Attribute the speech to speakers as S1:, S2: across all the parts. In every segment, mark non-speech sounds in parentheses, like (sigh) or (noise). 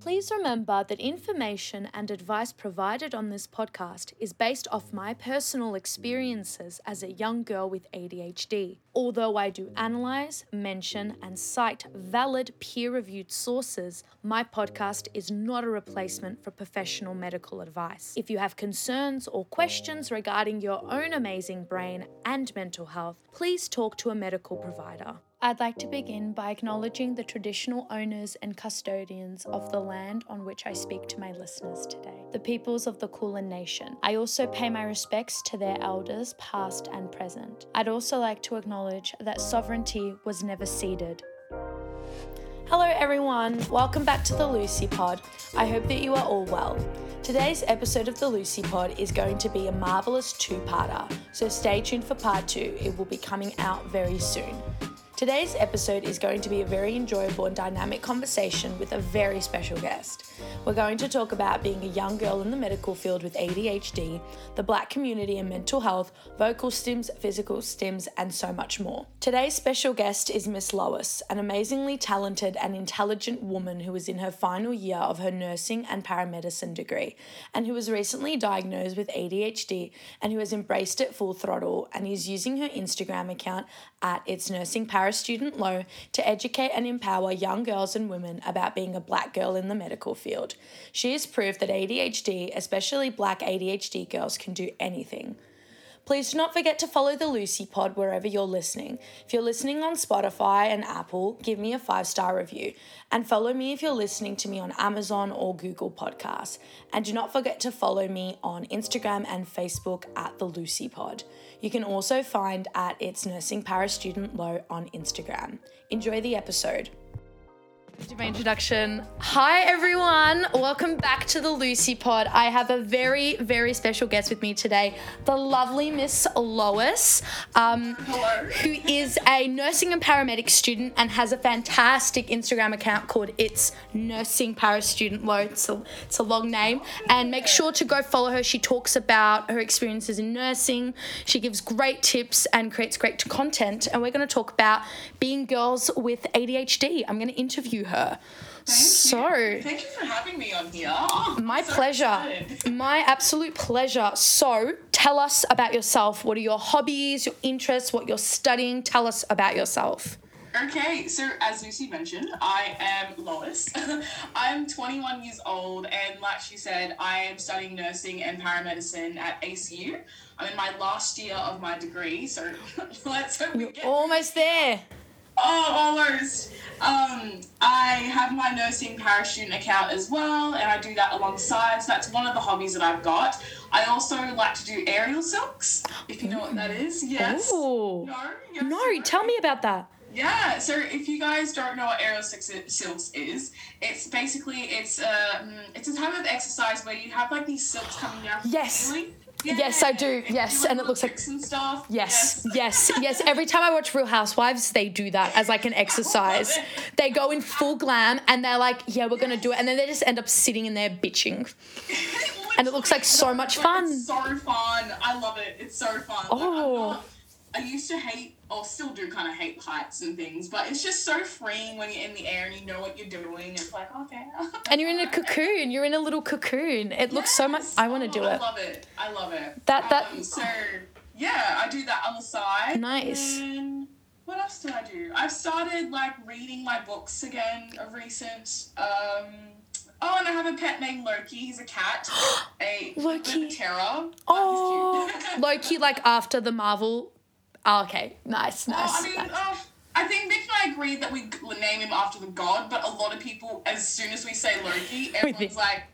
S1: Please remember that information and advice provided on this podcast is based off my personal experiences as a young girl with ADHD. Although I do analyze, mention, and cite valid peer reviewed sources, my podcast is not a replacement for professional medical advice. If you have concerns or questions regarding your own amazing brain and mental health, please talk to a medical provider. I'd like to begin by acknowledging the traditional owners and custodians of the land on which I speak to my listeners today, the peoples of the Kulin Nation. I also pay my respects to their elders, past and present. I'd also like to acknowledge that sovereignty was never ceded. Hello, everyone. Welcome back to the Lucy Pod. I hope that you are all well. Today's episode of the Lucy Pod is going to be a marvelous two parter, so stay tuned for part two. It will be coming out very soon. Today's episode is going to be a very enjoyable and dynamic conversation with a very special guest. We're going to talk about being a young girl in the medical field with ADHD, the black community and mental health, vocal stims, physical stims, and so much more. Today's special guest is Miss Lois, an amazingly talented and intelligent woman who is in her final year of her nursing and paramedicine degree, and who was recently diagnosed with ADHD and who has embraced it full throttle and is using her Instagram account at its nursing paramedicine student low to educate and empower young girls and women about being a black girl in the medical field. She has proved that ADHD, especially black ADHD girls, can do anything. Please do not forget to follow the Lucy Pod wherever you're listening. If you're listening on Spotify and Apple, give me a five star review. And follow me if you're listening to me on Amazon or Google Podcasts. And do not forget to follow me on Instagram and Facebook at the Lucy Pod. You can also find at its nursing para student low on Instagram. Enjoy the episode. Do my introduction. Hi everyone, welcome back to the Lucy Pod. I have a very, very special guest with me today, the lovely Miss Lois, um, who is a nursing and paramedic student and has a fantastic Instagram account called It's Nursing Para Student Low. It's a, it's a long name, and make sure to go follow her. She talks about her experiences in nursing. She gives great tips and creates great content. And we're going to talk about being girls with ADHD. I'm going to interview her.
S2: Thank you.
S1: so.
S2: Thank you for having me on here. Oh,
S1: My
S2: so
S1: pleasure.
S2: excited.
S1: My absolute pleasure. So, tell us about yourself. What are your hobbies, your interests, what you're studying? Tell us about yourself.
S2: Okay, so as Lucy mentioned, I am Lois. (laughs) I'm 21 years old, and like she said, I am studying nursing and paramedicine at ACU. I'm in my last year of my degree, so (laughs) let's hope we get
S1: Almost there.
S2: Oh, almost. Um, I have my nursing parachute account as well, and I do that alongside. So that's one of the hobbies that I've got. I also like to do aerial silks, if you know what that is. Yes.
S1: Ooh.
S2: No. yes,
S1: Oh. No,
S2: you know.
S1: tell me about that.
S2: Yeah. So if you guys don't know what aerial silks i- silks is, it's basically it's a um, it's a type of exercise where you have like these silks coming down. from the
S1: Yes.
S2: ceiling.
S1: Yes, I do.
S2: And you do,
S1: Yes,
S2: like,
S1: and it looks like-
S2: tricks and stuff.
S1: Yes, yes, yes. Every time I watch Real Housewives, they do that as like an exercise. They go in full glam and they're like, yeah, we're going to do it. And then they just end up sitting in there bitching. And it looks like so much
S2: Like,
S1: fun.
S2: it's so fun. I love it. It's so fun. Like, I'm
S1: Oh.
S2: not- I used to hate, or still do kind of hate heights and things, but it's just so freeing when you're in the air and you know what you're doing. It's like, okay.
S1: And you're in a
S2: (laughs)
S1: cocoon. You're in a little cocoon. It looks so much.
S2: Yes.
S1: I want to do
S2: Oh, I
S1: it.
S2: love it. I love it.
S1: That- that-
S2: Um, so, yeah, I do that on the side.
S1: Nice.
S2: And what else do I do? I've started, like, reading my books again of recent. Um, oh, and I have a pet named Loki. He's
S1: (gasps)
S2: a cat. a
S1: Loki.
S2: Terror.
S1: Oh, Loki, like after the Marvel. Oh, okay, nice, nice.
S2: Oh, (laughs) I mean,
S1: nice.
S2: uh, I think Mitch and I agreed that we g- name him after the god, but a lot of people, as soon as we say
S1: (laughs)
S2: Loki,
S1: think-
S2: everyone's like,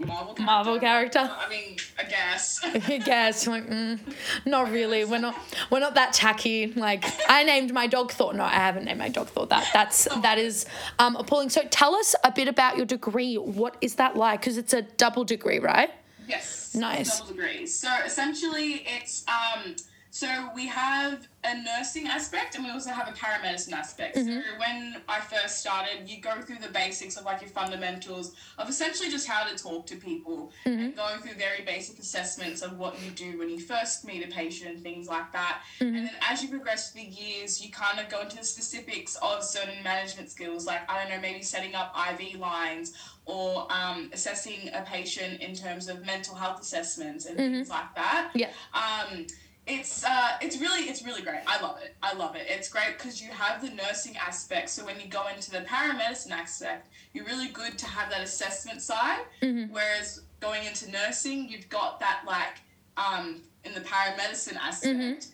S2: Marvel character.
S1: Marvel character.
S2: I mean,
S1: (laughs)
S2: I guess.
S1: I guess I'm like, mm, not really. We're not we're not that tacky. Like I named my dog Thought. No, I haven't named my dog Thought. That that's that is um, appalling. So tell us a bit about your degree. What is that like? Because it's a double degree, right?
S2: yes.
S1: Nice.
S2: Double degrees. So essentially, it's um, So we have a nursing aspect and we also have a paramedicine aspect. So when I first started, you go through the basics of like your fundamentals of essentially just how to talk to people and going through very basic assessments of what you do when you first meet a patient, things like that. And then as you progress through the years, you kind of go into the specifics of certain management skills, like I don't know, maybe setting up IV lines or um, assessing a patient in terms of mental health assessments and things like that
S1: Yeah.
S2: um, it's uh, it's really it's really great. I love it. I love it. It's great because you have the nursing aspect. So when you go into the paramedicine aspect, you're really good to have that assessment side. Whereas going into nursing, you've got that like um, in the paramedicine aspect.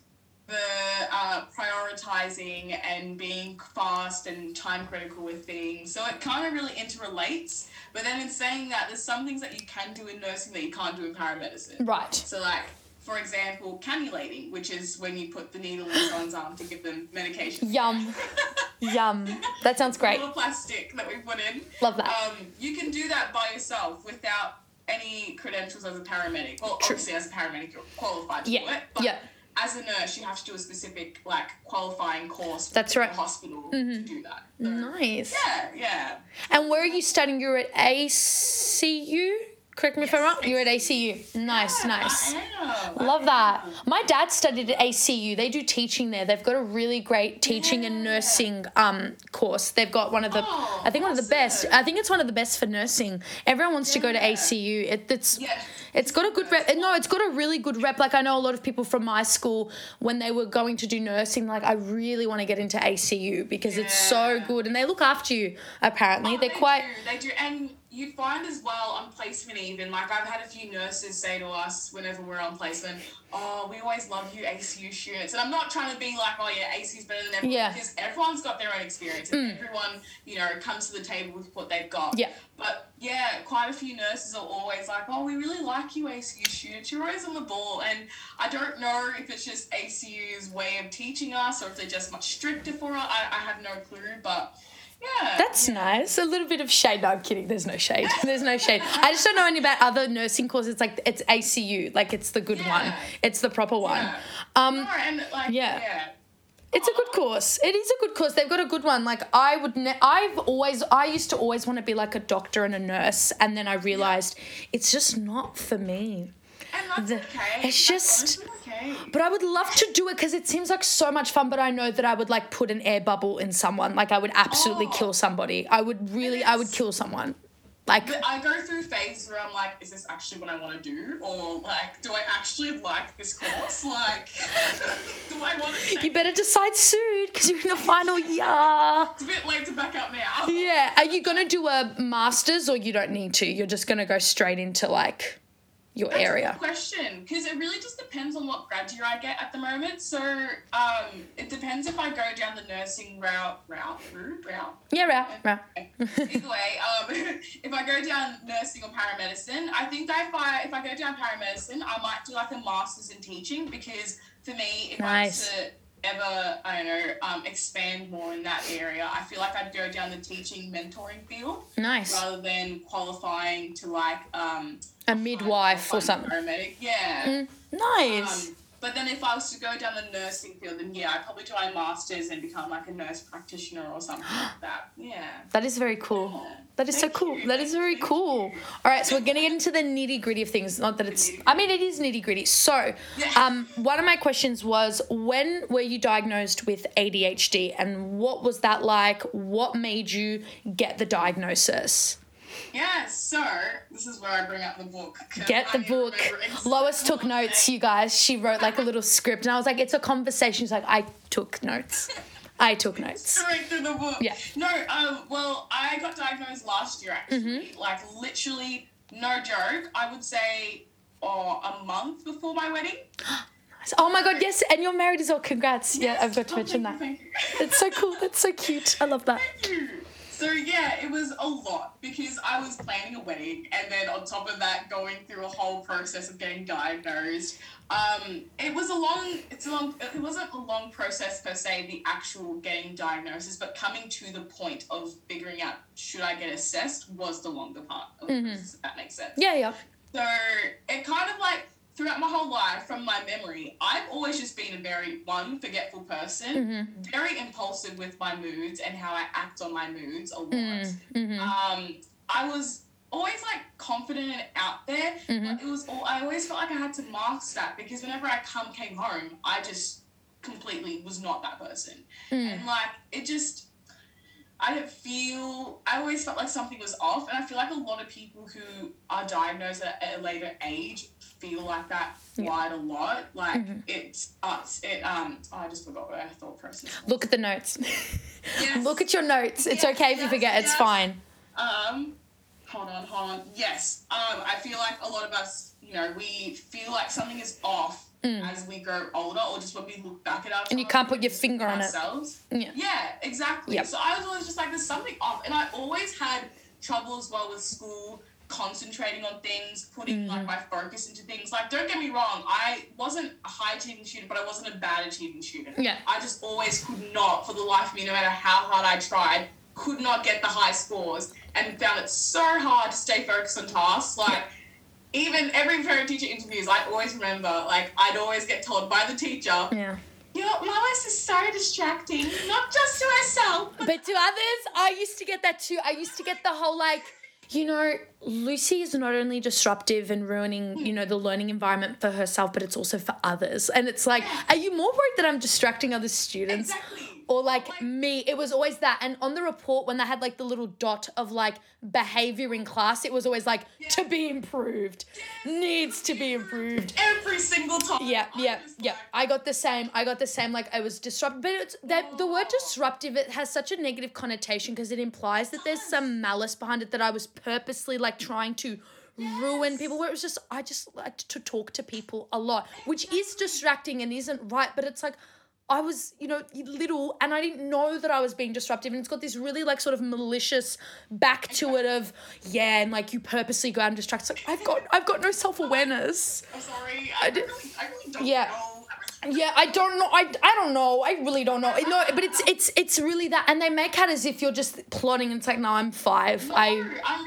S2: The uh, prioritizing and being fast and time critical with things, so it kind of really interrelates. But then, in saying that, there's some things that you can do in nursing that you can't do in paramedicine.
S1: Right.
S2: So, like, for example, cannulating, which is when you put the needle in someone's arm to give them medication.
S1: Yum. Yum. That sounds great.
S2: Little plastic that we put in.
S1: Love that.
S2: Um, you can do that by yourself without any credentials as a paramedic. Well,
S1: True.
S2: obviously, as a paramedic, you're qualified to do
S1: Yeah.
S2: it. But
S1: Yeah.
S2: as a nurse, you have to do a specific, like, qualifying course.
S1: That's right.
S2: within
S1: Mm-hmm.
S2: The hospital to do that. So,
S1: Nice.
S2: Yeah, yeah.
S1: And where are you studying? You're at ACU? Correct me if I'm
S2: Yes,
S1: wrong. You're at ACU. Nice,
S2: Yeah,
S1: nice.
S2: I
S1: (laughs)
S2: am.
S1: Love that. My dad studied at ACU. They do teaching there. They've got a really great teaching and
S2: Yeah.
S1: nursing um, course. They've got one of the,
S2: Oh,
S1: I think one of the best.
S2: awesome.
S1: I think it's one of the best for nursing. Everyone wants to go to
S2: Yeah.
S1: ACU. It, it's
S2: Yeah.
S1: it's got a good rep. No, it's got a really good rep. Like I know a lot of people from my school when they were going to do nursing, like I really want to get into ACU because it's so
S2: Yeah.
S1: good and they look after you. Apparently,
S2: Oh,
S1: they're quite.
S2: do, they do and you find as well on placement even like i've had a few nurses say to us whenever we're on placement oh we always love you acu students and i'm not trying to be like oh yeah ac's better than everyone
S1: Yeah. Mm.
S2: because everyone's got their own experience and everyone you know comes to the table with what they've got
S1: Yeah.
S2: but yeah quite a few nurses are always like oh we really like you acu students you're always on the ball and i don't know if it's just acu's way of teaching us or if they're just much stricter for us i, I have no clue but yeah
S1: That's nice. A little bit of shade. No, I'm kidding. There's no shade. (laughs) There's no shade. I just don't know any about other nursing courses. It's like it's ACU. Like it's the good
S2: Yeah.
S1: one. It's the proper one.
S2: Yeah.
S1: Um,
S2: No, and like
S1: Yeah.
S2: yeah.
S1: it's a good course. It is a good course. They've got a good one. Like I would. Ne- I've always. I used to always want to be like a doctor and a nurse, and then I realized it's just not for me.
S2: And that's
S1: The-
S2: okay.
S1: it's
S2: That's
S1: just-
S2: honestly okay.
S1: But I would love to do it because it seems like so much fun. But I know that I would like put an air bubble in someone. Like I would absolutely
S2: Oh.
S1: kill somebody. I would really. I would
S2: it's-
S1: kill someone. Like
S2: But I go through phases where I'm like, is this actually what I want to do? Or like, do I actually like this course? Like, (laughs) do I want to
S1: You better decide soon because you're in the final year.
S2: It's a bit late to back out
S1: (laughs)
S2: now.
S1: Yeah. Are you going to do a master's or you don't need to? You're just going to go straight into like your
S2: That's a
S1: area.
S2: good question because it really just depends on what grad year I get at the moment. So um, it depends if I go down the nursing route, route, route, route,
S1: Yeah, right. right.
S2: Either way, um, (laughs) if I go down nursing or paramedicine, I think that if I if I go down paramedicine, I might do like a master's in teaching because for me, if
S1: Nice.
S2: I was to ever I don't know um, expand more in that area, I feel like I'd go down the teaching mentoring field
S1: Nice.
S2: rather than qualifying to like um,
S1: A midwife or
S2: qualified
S1: something. Mm-hmm.
S2: Paramedic, yeah.
S1: Nice.
S2: Um, but then if I was to go down the nursing field, then yeah, I'd probably do my master's and become like a nurse practitioner or something
S1: (gasps)
S2: like that. Yeah.
S1: That is very cool. That is so
S2: Thank
S1: cool.
S2: you.
S1: That is very cool. All right, so we're going to get into the nitty gritty of things. Not that it's, I mean, it is nitty gritty. So,
S2: Yeah.
S1: um, one of my questions was when were you diagnosed with ADHD and what was that like? What made you get the diagnosis?
S2: Yeah, so this is where I bring up the book. 'cause
S1: Get the
S2: I
S1: book.
S2: remember exactly
S1: Lois took
S2: what
S1: notes,
S2: they-
S1: you guys. She wrote like a little script, and I was like, it's a conversation. She's like, I took notes. I took
S2: (laughs)
S1: notes.
S2: (laughs) Straight through the book.
S1: Yeah.
S2: No, um, well, I got diagnosed last year actually.
S1: Mm-hmm.
S2: Like literally, no joke. I would say, or a month before my wedding.
S1: Oh my god, yes, and you're married as well. Congrats.
S2: Yes.
S1: Yeah, I've got to
S2: Oh,
S1: mention
S2: thank
S1: that.
S2: you, thank you.
S1: It's so cool. That's so cute. I love that.
S2: So yeah, it was a lot because I was planning a wedding and then on top of that going through a whole process of getting diagnosed. Um, it was a long it's a long it wasn't a long process per se, the actual getting diagnosis, but coming to the point of figuring out should I get assessed was the longer part of the process, if that makes sense.
S1: Yeah, yeah.
S2: So it kind of like throughout my whole life, from my memory, I've always just been a very one forgetful
S1: Mm-hmm.
S2: person, very impulsive with my moods and how I act on my moods a lot.
S1: Mm, Mm-hmm.
S2: Um, I was always like confident and out there, but it was all, I always felt like I had to mask that because whenever I come came home, I just completely was not that person,
S1: Mm.
S2: and like it just. I didn't feel. I always felt like something was off, and I feel like a lot of people who are diagnosed at, at a later age feel like that quite a lot. Like it's us. It um. oh, I just forgot what I thought process. was.
S1: Look at the (laughs) notes.
S2: Yes.
S1: Look at your notes. It's
S2: Yes,
S1: okay if you
S2: yes,
S1: forget. It's
S2: yes.
S1: fine.
S2: Um, hold on, hold on. Yes. Um, I feel like a lot of us, you know, we feel like something is off as we grow older, or just when we look back at ourselves.
S1: Mm. And you can't put your finger on it.
S2: ourselves.
S1: Yeah.
S2: Yeah, exactly.
S1: Yep.
S2: So I was always just like, there's something off, and I always had trouble as well with school. Concentrating on things, putting
S1: Mm-hmm.
S2: like my focus into things. Like, don't get me wrong, I wasn't a high achieving student, but I wasn't a bad achieving student.
S1: Yeah.
S2: I just always could not, for the life of me, no matter how hard I tried, could not get the high scores and found it so hard to stay focused on tasks. Like, even every parent teacher interviews, I always remember, like, I'd always get told by the teacher,
S1: Yeah.
S2: Your Lois is so distracting, not just to herself, but
S1: But to others, I used to get that too. I used to get the whole like, you know, Lucy is not only disruptive and ruining, you know, the learning environment for herself, but it's also for others. And it's like, are you more worried that I'm distracting other students?
S2: Exactly.
S1: Or like
S2: Like-
S1: me, it was always that. And on the report, when they had like the little dot of like behavior in class, it was always like to be improved, needs to be improved.
S2: every single time.
S1: Yeah,
S2: I'm
S1: yeah,
S2: just
S1: yeah.
S2: like,
S1: I got the same. I got the same. Like I was disruptive, but it's that the word
S2: Oh.
S1: disruptive. It has such a negative connotation because it implies that there's some malice behind it that I was purposely like trying to ruin
S2: Yes.
S1: people. Where it was just I just like to talk to people a lot, which is distracting and isn't right. But it's like. I was, you know, little and I didn't know that I was being disruptive. And it's got this really, like, sort of malicious back to it of, yeah, and like you purposely go out and distract. It's like, I've got, I've got no self awareness.
S2: I'm sorry, I,
S1: did-
S2: really, I really don't
S1: Yeah.
S2: know.
S1: Yeah, I don't know. I, I don't know. I really don't know. No, but it's it's it's really that, and they make out as if you're just plotting. And it's like, no, I'm five.
S2: No, I'm,
S1: I
S2: re- I'm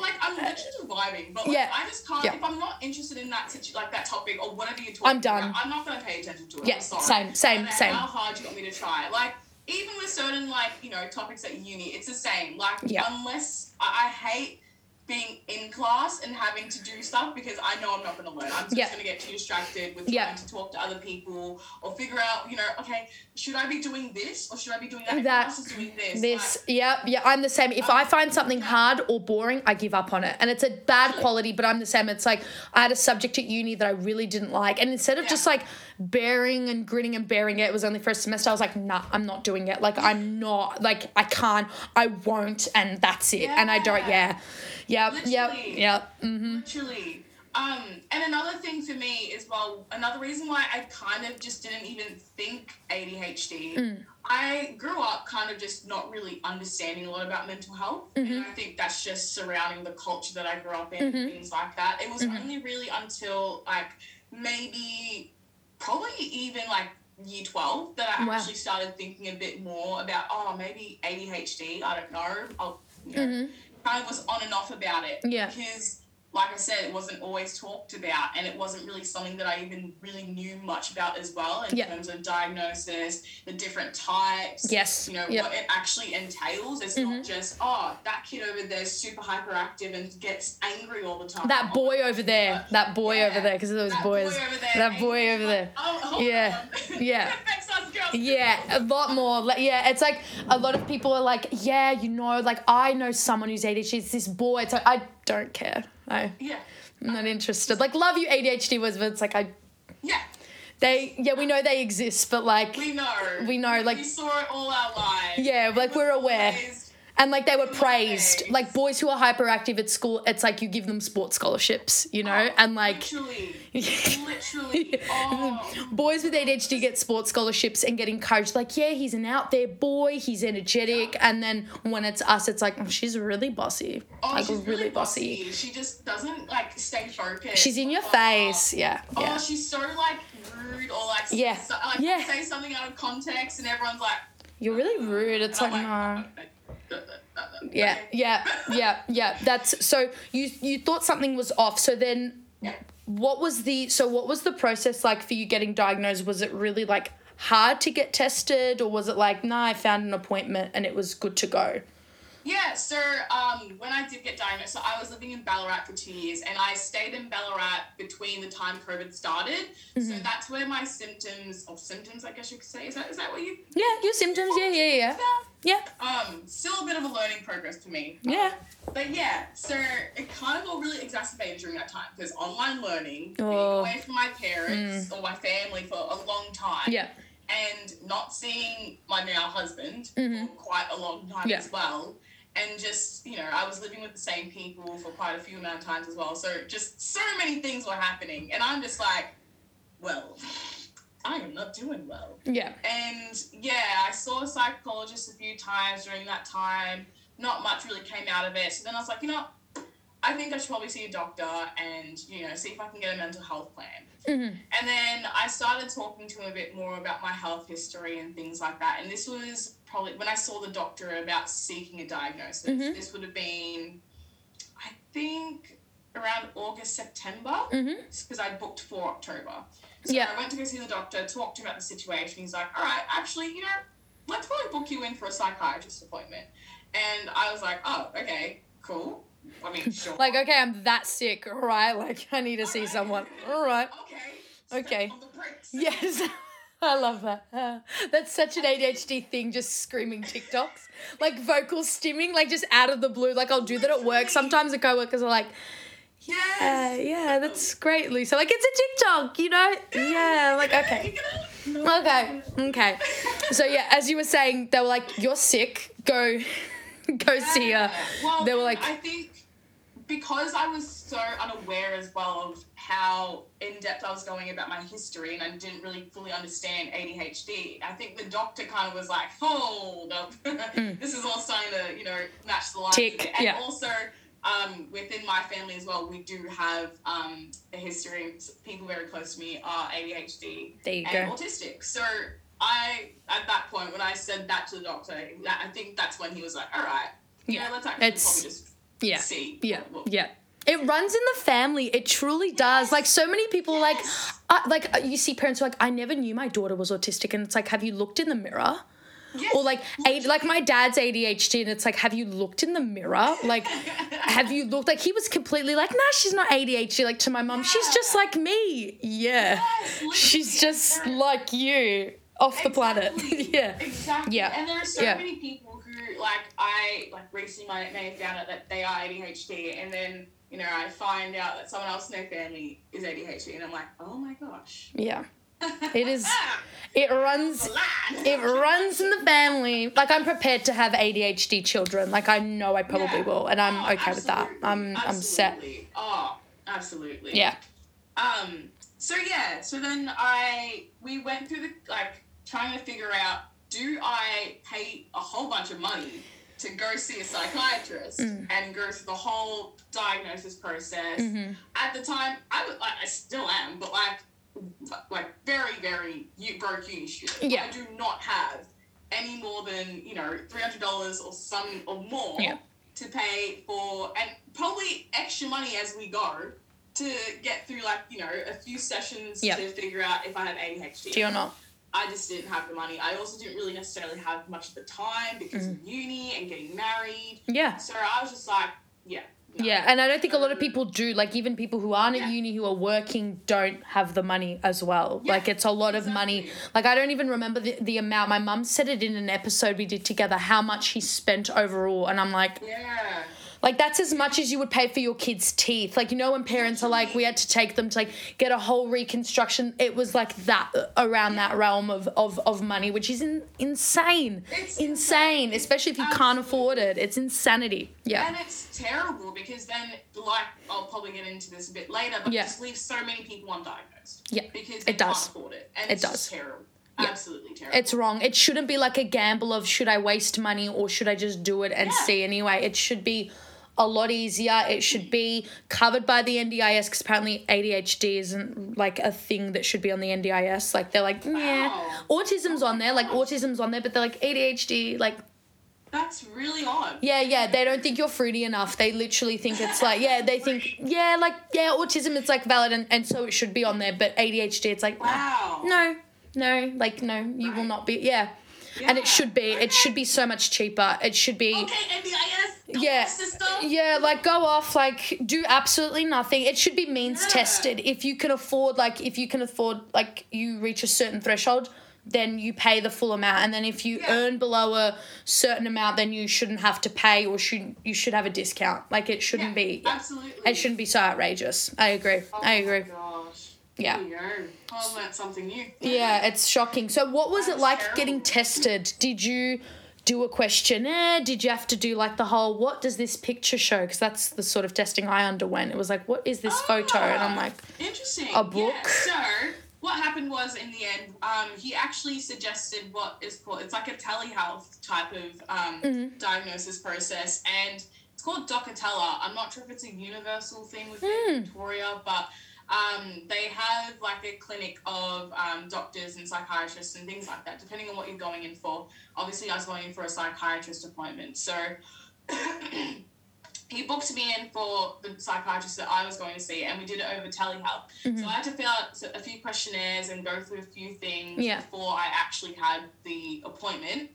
S2: like I'm literally just vibing, but like,
S1: Yeah.
S2: I just can't.
S1: Yeah.
S2: If I'm not interested in that situ- like that topic or whatever you're talking
S1: I'm done.
S2: about, I'm not gonna pay attention to it.
S1: Yeah,
S2: I'm sorry.
S1: same, same,
S2: No matter
S1: same.
S2: How hard you want me to try? Like even with certain like you know topics at uni, it's the same. Like
S1: Yeah.
S2: unless I, I hate being in class and having to do stuff because I know I'm not gonna learn. I'm just
S1: Yeah.
S2: gonna get too distracted with trying
S1: Yeah.
S2: to talk to other people or figure out you know okay should I be doing this or should I be doing that? Everyone
S1: That-
S2: else is doing this. Like,
S1: this yeah yeah I'm the same. If I find something hard or boring, I give up on it, and it's a bad quality. But I'm the same. It's like I had a subject at uni that I really didn't like, and instead of just
S2: Yeah.
S1: like bearing and grinning and bearing it, it was only first semester. I was like, nah, I'm not doing it. Like I'm not. Like I can't. I won't. And that's it. And I don't. Yeah,
S2: Yeah.
S1: yeah, yeah,
S2: Literally.
S1: yeah. Mm-hmm.
S2: Literally. Um, and another thing for me is, well, another reason why I kind of just didn't even think ADHD.
S1: Mm.
S2: I grew up kind of just not really understanding a lot about mental health. And
S1: Mm-hmm.
S2: I think that's just surrounding the culture that I grew up in, and things like that. It was
S1: Mm-hmm.
S2: only really until like maybe probably even like year 12 that I
S1: Wow.
S2: actually started thinking a bit more about, oh, maybe ADHD. I don't know. I'll, you know kind of was on and off about it.
S1: Mm-hmm. Yeah.
S2: Because, like I said, it wasn't always talked about, and it wasn't really something that I even really knew much about as well in
S1: Yeah.
S2: terms of diagnosis, the different types.
S1: Yes.
S2: You know
S1: Yeah. Mm-hmm.
S2: what it actually entails. It's not just oh that kid over there is super hyperactive and gets angry all the time.
S1: That
S2: Oh,
S1: boy over there. That boy
S2: yeah.
S1: over there. Because those
S2: that
S1: boys.
S2: Boy over there,
S1: that
S2: and
S1: boy
S2: you're
S1: over
S2: like,
S1: there.
S2: Oh, hold
S1: Yeah.
S2: on. (laughs)
S1: Yeah.
S2: It affects us girls.
S1: Yeah, a lot more. Like, yeah, it's like a lot of people are like, yeah, you know, like I know someone who's ADHD. It's this boy. It's like I don't care. I,
S2: Yeah.
S1: I'm not interested. Like, love you ADHD was, but it's like I.
S2: Yeah.
S1: They yeah, we know they exist, but like
S2: We know.
S1: We know, like-
S2: we saw it all our lives.
S1: yeah, like we're aware.
S2: Always-
S1: And like they were praised.
S2: Nice.
S1: Like boys who are hyperactive at school, it's like you give them sports scholarships, you
S2: Oh,
S1: know, and like
S2: literally,
S1: (laughs)
S2: literally, oh,
S1: boys with ADHD get sports scholarships and get encouraged, like, yeah, he's an out there boy, he's energetic. And then when it's us, it's like, oh, she's really bossy.
S2: oh,
S1: like,
S2: she's really, bossy. She just doesn't like stay focused.
S1: She's in your
S2: Oh.
S1: face. Yeah.
S2: Oh,
S1: Yeah.
S2: she's so like rude or like
S1: Yeah.
S2: so, like
S1: Yeah.
S2: say something out of context and everyone's like,
S1: You're really rude. It's
S2: and
S1: like,
S2: I'm
S1: no.
S2: like, no.
S1: Yeah, yeah, yeah, yeah. That's so you you thought something was off. So then
S2: Yeah.
S1: What was the so what was the process like for you getting diagnosed? Was it really like hard to get tested or was it like, nah, I found an appointment and it was good to go?
S2: Yeah, so um, when I did get diagnosed, so I was living in Ballarat for two years and I stayed in Ballarat between the time COVID started. So
S1: Mm-hmm.
S2: that's where my symptoms, or symptoms, I guess you could say, is that, is that what you.
S1: Yeah, your symptoms, yeah, yeah, yeah. Yeah.
S2: Um, still a bit of a learning progress for me.
S1: Yeah.
S2: But yeah, so it kind of all really exacerbated during that time because online learning,
S1: Oh. Mm.
S2: being away from my parents or my family for a long time,
S1: Yeah.
S2: and not seeing my now husband for quite a long time
S1: Mm-hmm. Yeah.
S2: as well. And just, you know, I was living with the same people for quite a few amount of times as well. So just so many things were happening. And I'm just like, well, (sighs) I am not doing well.
S1: Yeah.
S2: And yeah, I saw a psychologist a few times during that time. Not much really came out of it. So then I was like, you know, I think I should probably see a doctor and, you know, see if I can get a mental health plan.
S1: Mm-hmm.
S2: And then I started talking to him a bit more about my health history and things like that. And this was probably when I saw the doctor about seeking a diagnosis.
S1: Mhm.
S2: This would have been, I think, around August, September
S1: Mm-hmm.
S2: because I booked for October. So
S1: Yeah.
S2: I went to go see the doctor, talked to him about the situation. He's like, all right, actually, you know, let's probably book you in for a psychiatrist appointment. And I was like, oh, okay, cool.
S1: (laughs)
S2: I mean, sure.
S1: Like, okay, I'm that sick, all right? Like, I need to see someone. All right.
S2: okay.
S1: Okay.
S2: step on the bricks.
S1: Yes. (laughs) I love that. (laughs) Uh, that's such an ADHD thing, just screaming TikToks. Like vocal stimming, like just out of the blue. Like I'll do that at work. Sometimes the coworkers are like, yeah,
S2: Yes.
S1: yeah, that's great, Lisa. Like it's a TikTok, you know? Yeah, like okay.
S2: (laughs)
S1: Okay. Okay. So yeah, as you were saying, they were like, You're sick, go (laughs) go see her.
S2: (laughs) Well,
S1: uh, They were
S2: and
S1: like-
S2: I think because I was so unaware as well of how in depth I was going about my history and I didn't really fully understand ADHD, I think the doctor kind of was like, hold up, (laughs) this is all starting to, you know, match the lines. a
S1: Mm. Tick,
S2: bit." And
S1: yeah.
S2: also, um, within my family as well, we do have um, a history. of People very close to me are ADHD
S1: There you
S2: and
S1: go.
S2: autistic. So I, at that point, when I said that to the doctor, that- I think that's when he was like, "All right, yeah,
S1: Yeah.
S2: let's actually
S1: It's-
S2: probably just
S1: Yeah.
S2: see."
S1: Yeah,
S2: what- what-
S1: yeah. It runs in the family. It truly does. Like so many people, are like,
S2: Yes.
S1: I, like uh, you see parents who are like, I never knew my daughter was autistic, and it's like, have you looked in the mirror?
S2: Yes.
S1: Or like, A- like my dad's ADHD, and it's like, have you looked in the mirror?
S2: (laughs)
S1: Like, have you looked? Like he was completely like, nah, she's not ADHD. Like to my mom, she's
S2: Yeah.
S1: just like me. Yeah,
S2: Yes, literally.
S1: she's just
S2: There-
S1: like you, off the planet. (laughs)
S2: Exactly.
S1: yeah,
S2: Exactly.
S1: Yeah.
S2: And there are so
S1: Yeah.
S2: many people who, like, I like recently my may have found out that they are ADHD, and then you know I find out that someone else in their family is ADHD, and I'm like, oh my gosh. (laughs)
S1: yeah. It is. It runs
S2: Lad.
S1: it runs in the family. Like I'm prepared to have ADHD children. Like I know I probably
S2: Yeah.
S1: will, and I'm
S2: Oh,
S1: okay with that.
S2: absolutely,
S1: I'm I'm set.
S2: absolutely. Oh, absolutely.
S1: Yeah.
S2: Um. So yeah. So then I we went through the like trying to figure out do I pay a whole bunch of money to go see a psychiatrist
S1: Mm.
S2: and go through the whole diagnosis process.
S1: Mm-hmm.
S2: At the time, I was like, I still am, but like like very very u- broke uni student.
S1: Yeah.
S2: I do not have any more than you know three hundred dollars or some or more
S1: Yeah.
S2: to pay for, and probably extra money as we go to get through like you know a few sessions
S1: Yeah.
S2: to figure out if I have ADHD.
S1: Do you or not?
S2: I just didn't have the money. I also didn't really necessarily have much of the time because
S1: Mm.
S2: of uni and getting married.
S1: Yeah.
S2: So I was just like, yeah. no.
S1: Yeah, and I don't think a lot of people do. Like even people who aren't at
S2: Yeah.
S1: uni who are working don't have the money as well.
S2: Yeah,
S1: like it's a lot of money.
S2: exactly.
S1: Like I don't even remember the, the amount. My mum said it in an episode we did together how much he spent overall, and I'm like,
S2: Yeah.
S1: Like that's as much as you would pay for your kids' teeth. Like you know when parents are like, we had to take them to like get a whole reconstruction. It was like that uh, around that realm of of, of money, which is in, insane,
S2: It's
S1: insane,
S2: insane.
S1: especially if you can't afford it. It's insanity. Yeah,
S2: And it's terrible because then, like, I'll probably get into this a bit later, but
S1: Yeah.
S2: it just leaves so many people undiagnosed.
S1: Yeah,
S2: Because
S1: it
S2: they
S1: does.
S2: can't afford it. And
S1: It
S2: it's just
S1: does.
S2: terrible.
S1: Yeah.
S2: Absolutely terrible.
S1: it's wrong. It shouldn't be like a gamble of should I waste money or should I just do it and
S2: Yeah.
S1: see anyway. It should be. A lot easier. It should be covered by the NDIS because apparently ADHD isn't like a thing that should be on the NDIS. Like they're like, yeah,
S2: Wow.
S1: autism's on there, like autism's on there, but they're like ADHD, like
S2: That's really odd.
S1: Yeah, yeah, they don't think you're fruity enough. They literally think it's like, yeah, they think, yeah, like, yeah, autism, it's like valid and, and so it should be on there. But ADHD, it's like,
S2: Wow.
S1: no, no, like, no, you will not be, yeah. And
S2: Yeah.
S1: it should be, it should be so much cheaper. It should be,
S2: Okay, NDIS. the
S1: yeah,
S2: System.
S1: yeah, like, go off, like, do absolutely nothing. It should be means
S2: Yeah.
S1: tested. If you can afford, like, if you can afford, like, you reach a certain threshold, then you pay the full amount. And then if you
S2: Yeah.
S1: earn below a certain amount, then you shouldn't have to pay or should you should have a discount. Like, it shouldn't be.
S2: Absolutely.
S1: It shouldn't be so outrageous. I agree.
S2: Oh
S1: I
S2: my
S1: agree.
S2: Gosh.
S1: Yeah.
S2: There you go. I learned something new.
S1: Yeah, it's shocking. So, what was it
S2: That's
S1: like
S2: terrible.
S1: getting tested? Did you do a questionnaire? Did you have to do like the whole what does this picture show? Because that's the sort of testing I underwent. It was like, what is this photo? And I'm like,
S2: Ah, Interesting.
S1: A book?
S2: Yeah, so what happened was in the end, um, he actually suggested what is called it's like a telehealth type of um,
S1: Mm-hmm.
S2: diagnosis process and it's called Docatella. I'm not sure if it's a universal thing within
S1: Hmm.
S2: Victoria, but um, they have like a clinic of um, doctors and psychiatrists and things like that, depending on what you're going in for. Obviously, I was going in for a psychiatrist appointment, so he booked me in for the psychiatrist that I was going to see, and we did it over telehealth. So
S1: Mm-hmm.
S2: I had to fill out s- a few questionnaires and go through a few things
S1: Yeah.
S2: before I actually had the appointment.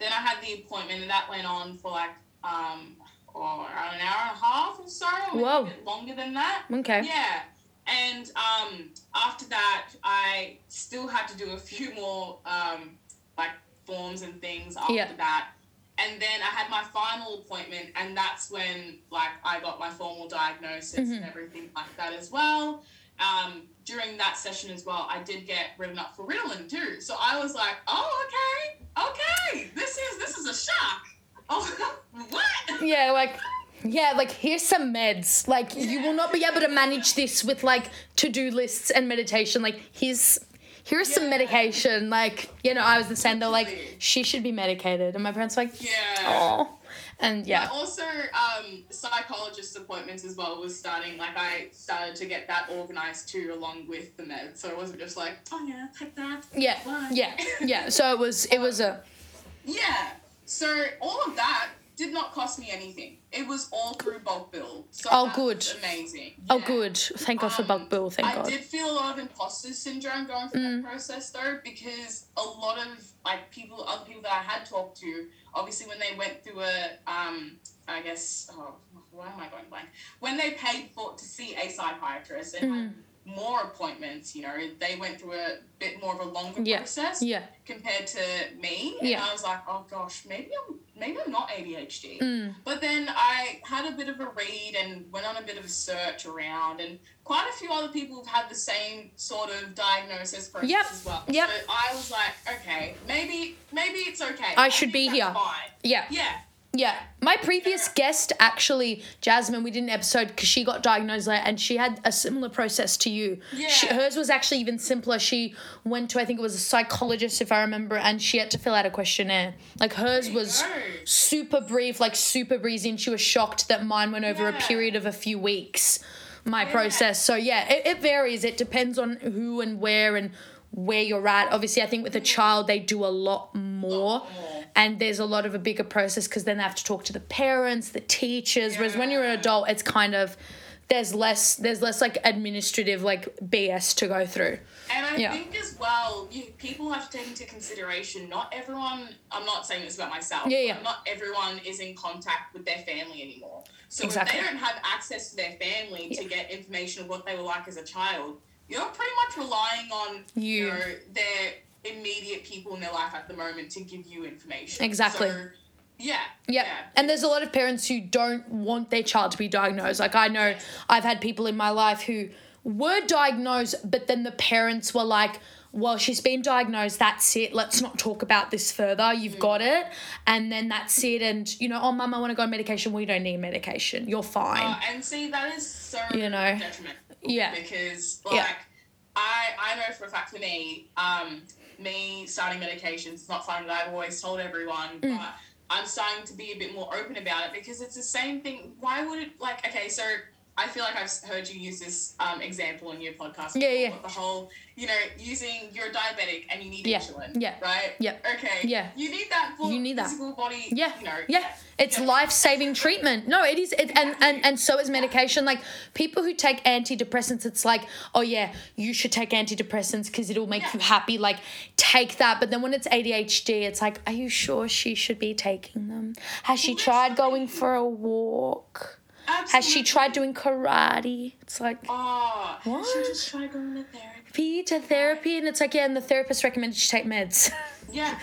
S2: Then I had the appointment, and that went on for like um, or around an hour and a half or so, or maybe
S1: Whoa.
S2: a bit longer than that.
S1: okay.
S2: Yeah. And um, after that, I still had to do a few more um, like forms and things after
S1: Yeah.
S2: that. And then I had my final appointment, and that's when like I got my formal diagnosis and
S1: Mm-hmm.
S2: everything like that as well. Um, during that session as well, I did get written up for Ritalin too. So I was like, oh okay, okay, this is this is a shock. (laughs) Oh what?
S1: Yeah, like. Yeah, like here's some meds. Like you will not be able to manage this with like to-do lists and meditation. Like here's here's some
S2: Yeah.
S1: medication. Like, you know, I was the same. They're like,
S2: Absolutely.
S1: she should be medicated. And my parents were like,
S2: Yeah.
S1: Oh. And yeah.
S2: But also, um, psychologist appointments as well was starting. Like I started to get that organized too, along with the meds. So it wasn't just like, oh yeah, take that.
S1: Yeah,
S2: Why?
S1: yeah, yeah. So it was, it was a
S2: Yeah. So all of that did not cost me anything. It was all through bulk bill. So
S1: Oh,
S2: that
S1: good.
S2: was Amazing.
S1: oh
S2: Yeah.
S1: good. Thank God for
S2: Um,
S1: Buck Bill. Thank
S2: I
S1: God. Mm.
S2: did feel a lot of imposter syndrome going through that process though, because a lot of like people, other people that I had talked to, obviously when they went through a, um, I guess, oh, why am I going blank? When they paid for to see a psychiatrist and had
S1: Mm.
S2: more appointments, you know, they went through a bit more of a longer
S1: Yeah.
S2: process
S1: Yeah,
S2: compared to me. And
S1: Yeah.
S2: I was like, oh gosh, maybe I'm maybe I'm not ADHD.
S1: Mm.
S2: But then I had a bit of a read and went on a bit of a search around and quite a few other people have had the same sort of diagnosis process
S1: Yep.
S2: as well.
S1: Yep.
S2: So I was like, okay, maybe maybe it's okay.
S1: I should
S2: think
S1: be here.
S2: that's Fine.
S1: yeah,
S2: Yeah.
S1: yeah. My previous guest, actually, Jasmine, we did an episode because she got diagnosed late and she had a similar process to you. She,
S2: Yeah.
S1: hers was actually even simpler. She went to, I think it was a psychologist, if I remember, and she had to fill out a questionnaire. Like hers was.
S2: No.
S1: super brief, like super breezy, and she was shocked that mine went over a
S2: Yeah.
S1: period of a few weeks. My
S2: Yeah.
S1: process. So yeah, it, it varies. It depends on who and where and where you're at. Obviously, I think with a child they do a lot more,
S2: more.
S1: and there's a lot of a bigger process because then they have to talk to the parents, the teachers. Whereas when you're an
S2: Yeah.
S1: adult, it's kind of there's less there's less like administrative like BS to go through.
S2: And I
S1: Yeah.
S2: think as well, you, people have to take into consideration not everyone, I'm not saying this about myself,
S1: Yeah, yeah.
S2: but not everyone is in contact with their family anymore. So
S1: Exactly.
S2: if they don't have access to their family to get information of what they were like as a child, you're pretty much relying on
S1: You.
S2: you know, their immediate people in their life at the moment to give you information.
S1: Exactly.
S2: So, yeah.
S1: Yep.
S2: Yeah.
S1: And there's a lot of parents who don't want their child to be diagnosed. Like I know I've had people in my life who were diagnosed, but then the parents were like, well, she's been diagnosed, that's it. Let's not talk about this further. You've got it. And then that's it. And, you know, oh, mum, I want to go on medication. Well, you don't need medication. You're fine.
S2: Uh, and see, that is so
S1: You know.
S2: detrimental.
S1: Yeah.
S2: Because like
S1: Yeah.
S2: I, I know for a fact for me, um, me starting medications is not something that I've always told everyone,
S1: Mm.
S2: but I'm starting to be a bit more open about it because it's the same thing. Why would it like okay, so I feel like I've heard you use this um, example in your podcast.
S1: Yeah,
S2: before,
S1: yeah.
S2: but The whole, you know, using you're diabetic and you need
S1: Yeah,
S2: insulin.
S1: yeah,
S2: Right.
S1: yeah,
S2: Okay.
S1: yeah.
S2: You need that for
S1: You need that.
S2: physical body.
S1: Yeah.
S2: You know.
S1: yeah. It's
S2: Yeah.
S1: life saving treatment. No, it is. It, and, and, and so is medication. Like people who take antidepressants, it's like, oh, yeah, you should take antidepressants because it'll make you happy. Like, take that. But then when it's ADHD, it's like, are you sure she should be taking them? Has she tried going for a walk? Has she
S2: Absolutely.
S1: tried doing karate? It's like, E
S2: Oh, what?
S1: What?
S2: just try going to therapy.
S1: to therapy. And it's like, yeah, and the therapist recommended she take meds. (laughs)
S2: Yeah.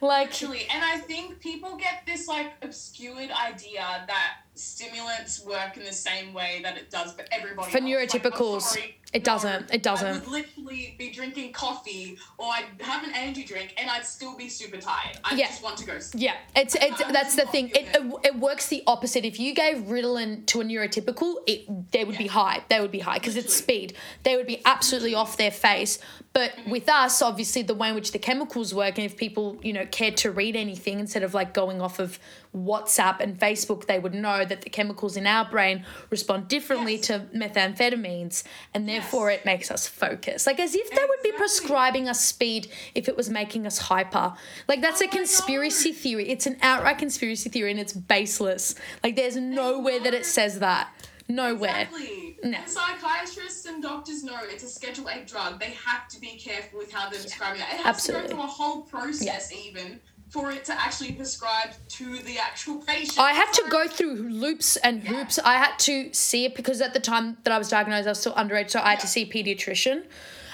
S1: like,
S2: Literally. And I think people get this like obscured idea that stimulants work in the same way that it does for everybody.
S1: for
S2: else. Like, I'm
S1: neurotypicals,
S2: sorry,
S1: it doesn't. It
S2: I
S1: doesn't.
S2: would literally be drinking coffee or I'd have an energy drink and I'd still be super tired. I
S1: Yeah.
S2: just want to go sleep.
S1: Yeah, it's it's
S2: I'm
S1: that's the
S2: not
S1: thing. It,
S2: doing
S1: it it works the opposite. If you gave Ritalin to a neurotypical, it they would be high. They would be high because it's speed. They would be absolutely off their face. But
S2: Mm-hmm.
S1: with us, obviously, the way in which the chemicals work, and if people you know cared to read anything instead of like going off of WhatsApp and Facebook, they would know that the chemicals in our brain respond differently
S2: Yes.
S1: to methamphetamines, and therefore it makes us focus. Like as if they would be
S2: Exactly.
S1: prescribing us speed if it was making us hyper. Like that's a
S2: Oh my God.
S1: conspiracy theory. It's an outright conspiracy theory and it's baseless. Like there's nowhere that it says that. Nowhere.
S2: Exactly.
S1: No.
S2: And psychiatrists and doctors know it's a Schedule 8 drug. They have to be careful with how they're prescribing it. It has
S1: absolutely.
S2: to go through a whole process even for it to actually prescribe to the actual patient.
S1: I had to
S2: So-
S1: go through loops and hoops. I had to see it because at the time that I was diagnosed, I was still underage, so I had to see a pediatrician.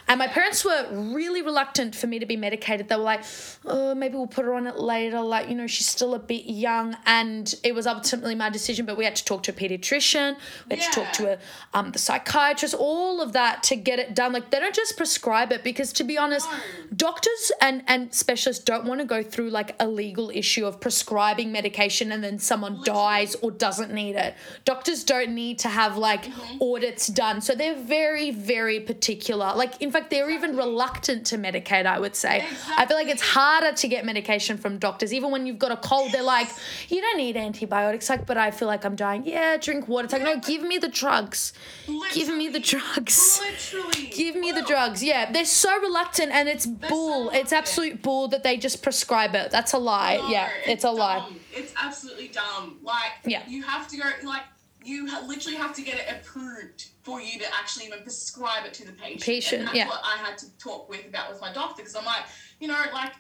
S1: And my parents were really reluctant for me to be medicated. They were like, oh, maybe we'll put her on it later. Like, you know, she's still a bit young. And it was ultimately my decision, but we had to talk to a pediatrician, we had to talk to
S2: Yeah.
S1: a, um, the psychiatrist, all of that to get it done. Like, they don't just prescribe it because, to be honest, doctors and, and specialists don't want to go through like a legal issue of prescribing medication and then someone dies or doesn't need it. Doctors don't need to have like audits done. So they're very, very particular. Like, in fact, they're even reluctant to medicate, I would say. I feel like it's harder to get medication from doctors. Even when you've got a cold, they're like, you don't need antibiotics. Like, but I feel like I'm dying. Yeah, drink water. It's like, no, give me the drugs. Give me the drugs.
S2: Literally.
S1: Give me the
S2: Wow.
S1: drugs. Yeah, they're so reluctant and it's
S2: so
S1: bull. it's
S2: reluctant.
S1: absolute bull that they just prescribe it. That's a lie.
S2: No,
S1: yeah, it's, a lie.
S2: dumb. It's absolutely dumb. Like,
S1: Yeah.
S2: you have to go, like, you ha- literally have to get it approved for you to actually even prescribe it to the patient.
S1: Patient,
S2: and that's
S1: yeah.
S2: what I had to talk with about with my doctor because I'm like, you know, like,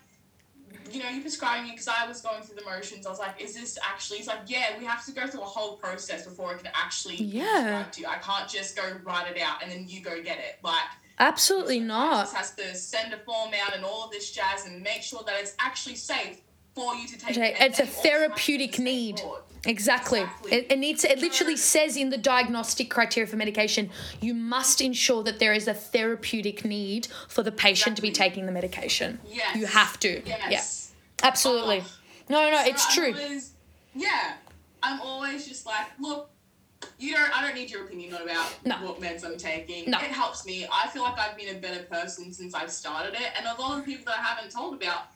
S2: you know, you're prescribing me because I was going through the motions. I was like, is this actually? He's like, yeah, we have to go through a whole process before it can actually be
S1: Yeah.
S2: prescribed to you. I can't just go write it out and then you go get it. Like,
S1: Absolutely not.
S2: just has to send a form out and all of this jazz and make sure that it's actually safe for you to take.
S1: Okay,
S2: and
S1: it's a
S2: they also have to
S1: therapeutic
S2: stay
S1: need.
S2: broad.
S1: Exactly.
S2: Exactly.
S1: It, it needs. It literally says in the diagnostic criteria for medication, you must ensure that there is a therapeutic need for the patient to be
S2: Exactly.
S1: taking the medication.
S2: Yes.
S1: You have to.
S2: Yes.
S1: Yeah. Absolutely. No, no, no,
S2: So
S1: it's
S2: I'm
S1: true.
S2: always- yeah, I'm always just like, look, you don't. I don't need your opinion about
S1: No.
S2: what meds I'm taking.
S1: No.
S2: It helps me. I feel like I've been a better person since I've started it, and a lot of people that I haven't told about,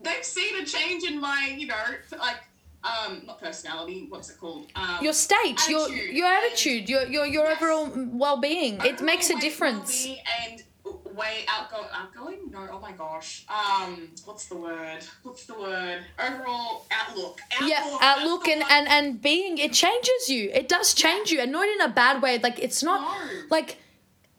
S2: they've seen a change in my, you know, like, um, not personality. What's it called? Um,
S1: Your state, your
S2: Attitude.
S1: your attitude, your your your
S2: Yes.
S1: overall well being. It
S2: Overall
S1: makes a
S2: weight,
S1: difference.
S2: well-being And way outgoing, outgoing? No, oh my gosh. Um, what's the word? What's the word? Overall outlook. outlook
S1: yeah
S2: that's
S1: outlook
S2: the
S1: and,
S2: one.
S1: and and being it changes you it does change you and not in a bad way like it's not
S2: No.
S1: like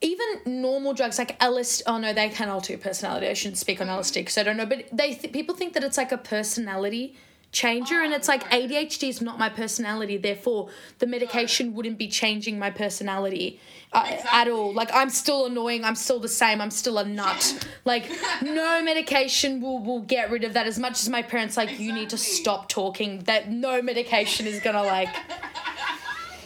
S1: even normal drugs like LSD oh no they can alter your personality I shouldn't speak on LSD because I don't know but they th- people think that it's like a personality changer and
S2: Oh,
S1: it's like
S2: no.
S1: ADHD is not my personality therefore the medication wouldn't be changing my personality uh, at all
S2: Exactly.
S1: like I'm still annoying I'm still the same I'm still a
S2: (laughs)
S1: nut like no medication will will get rid of that as much as my parents like you need to
S2: Exactly.
S1: stop talking that no medication is gonna like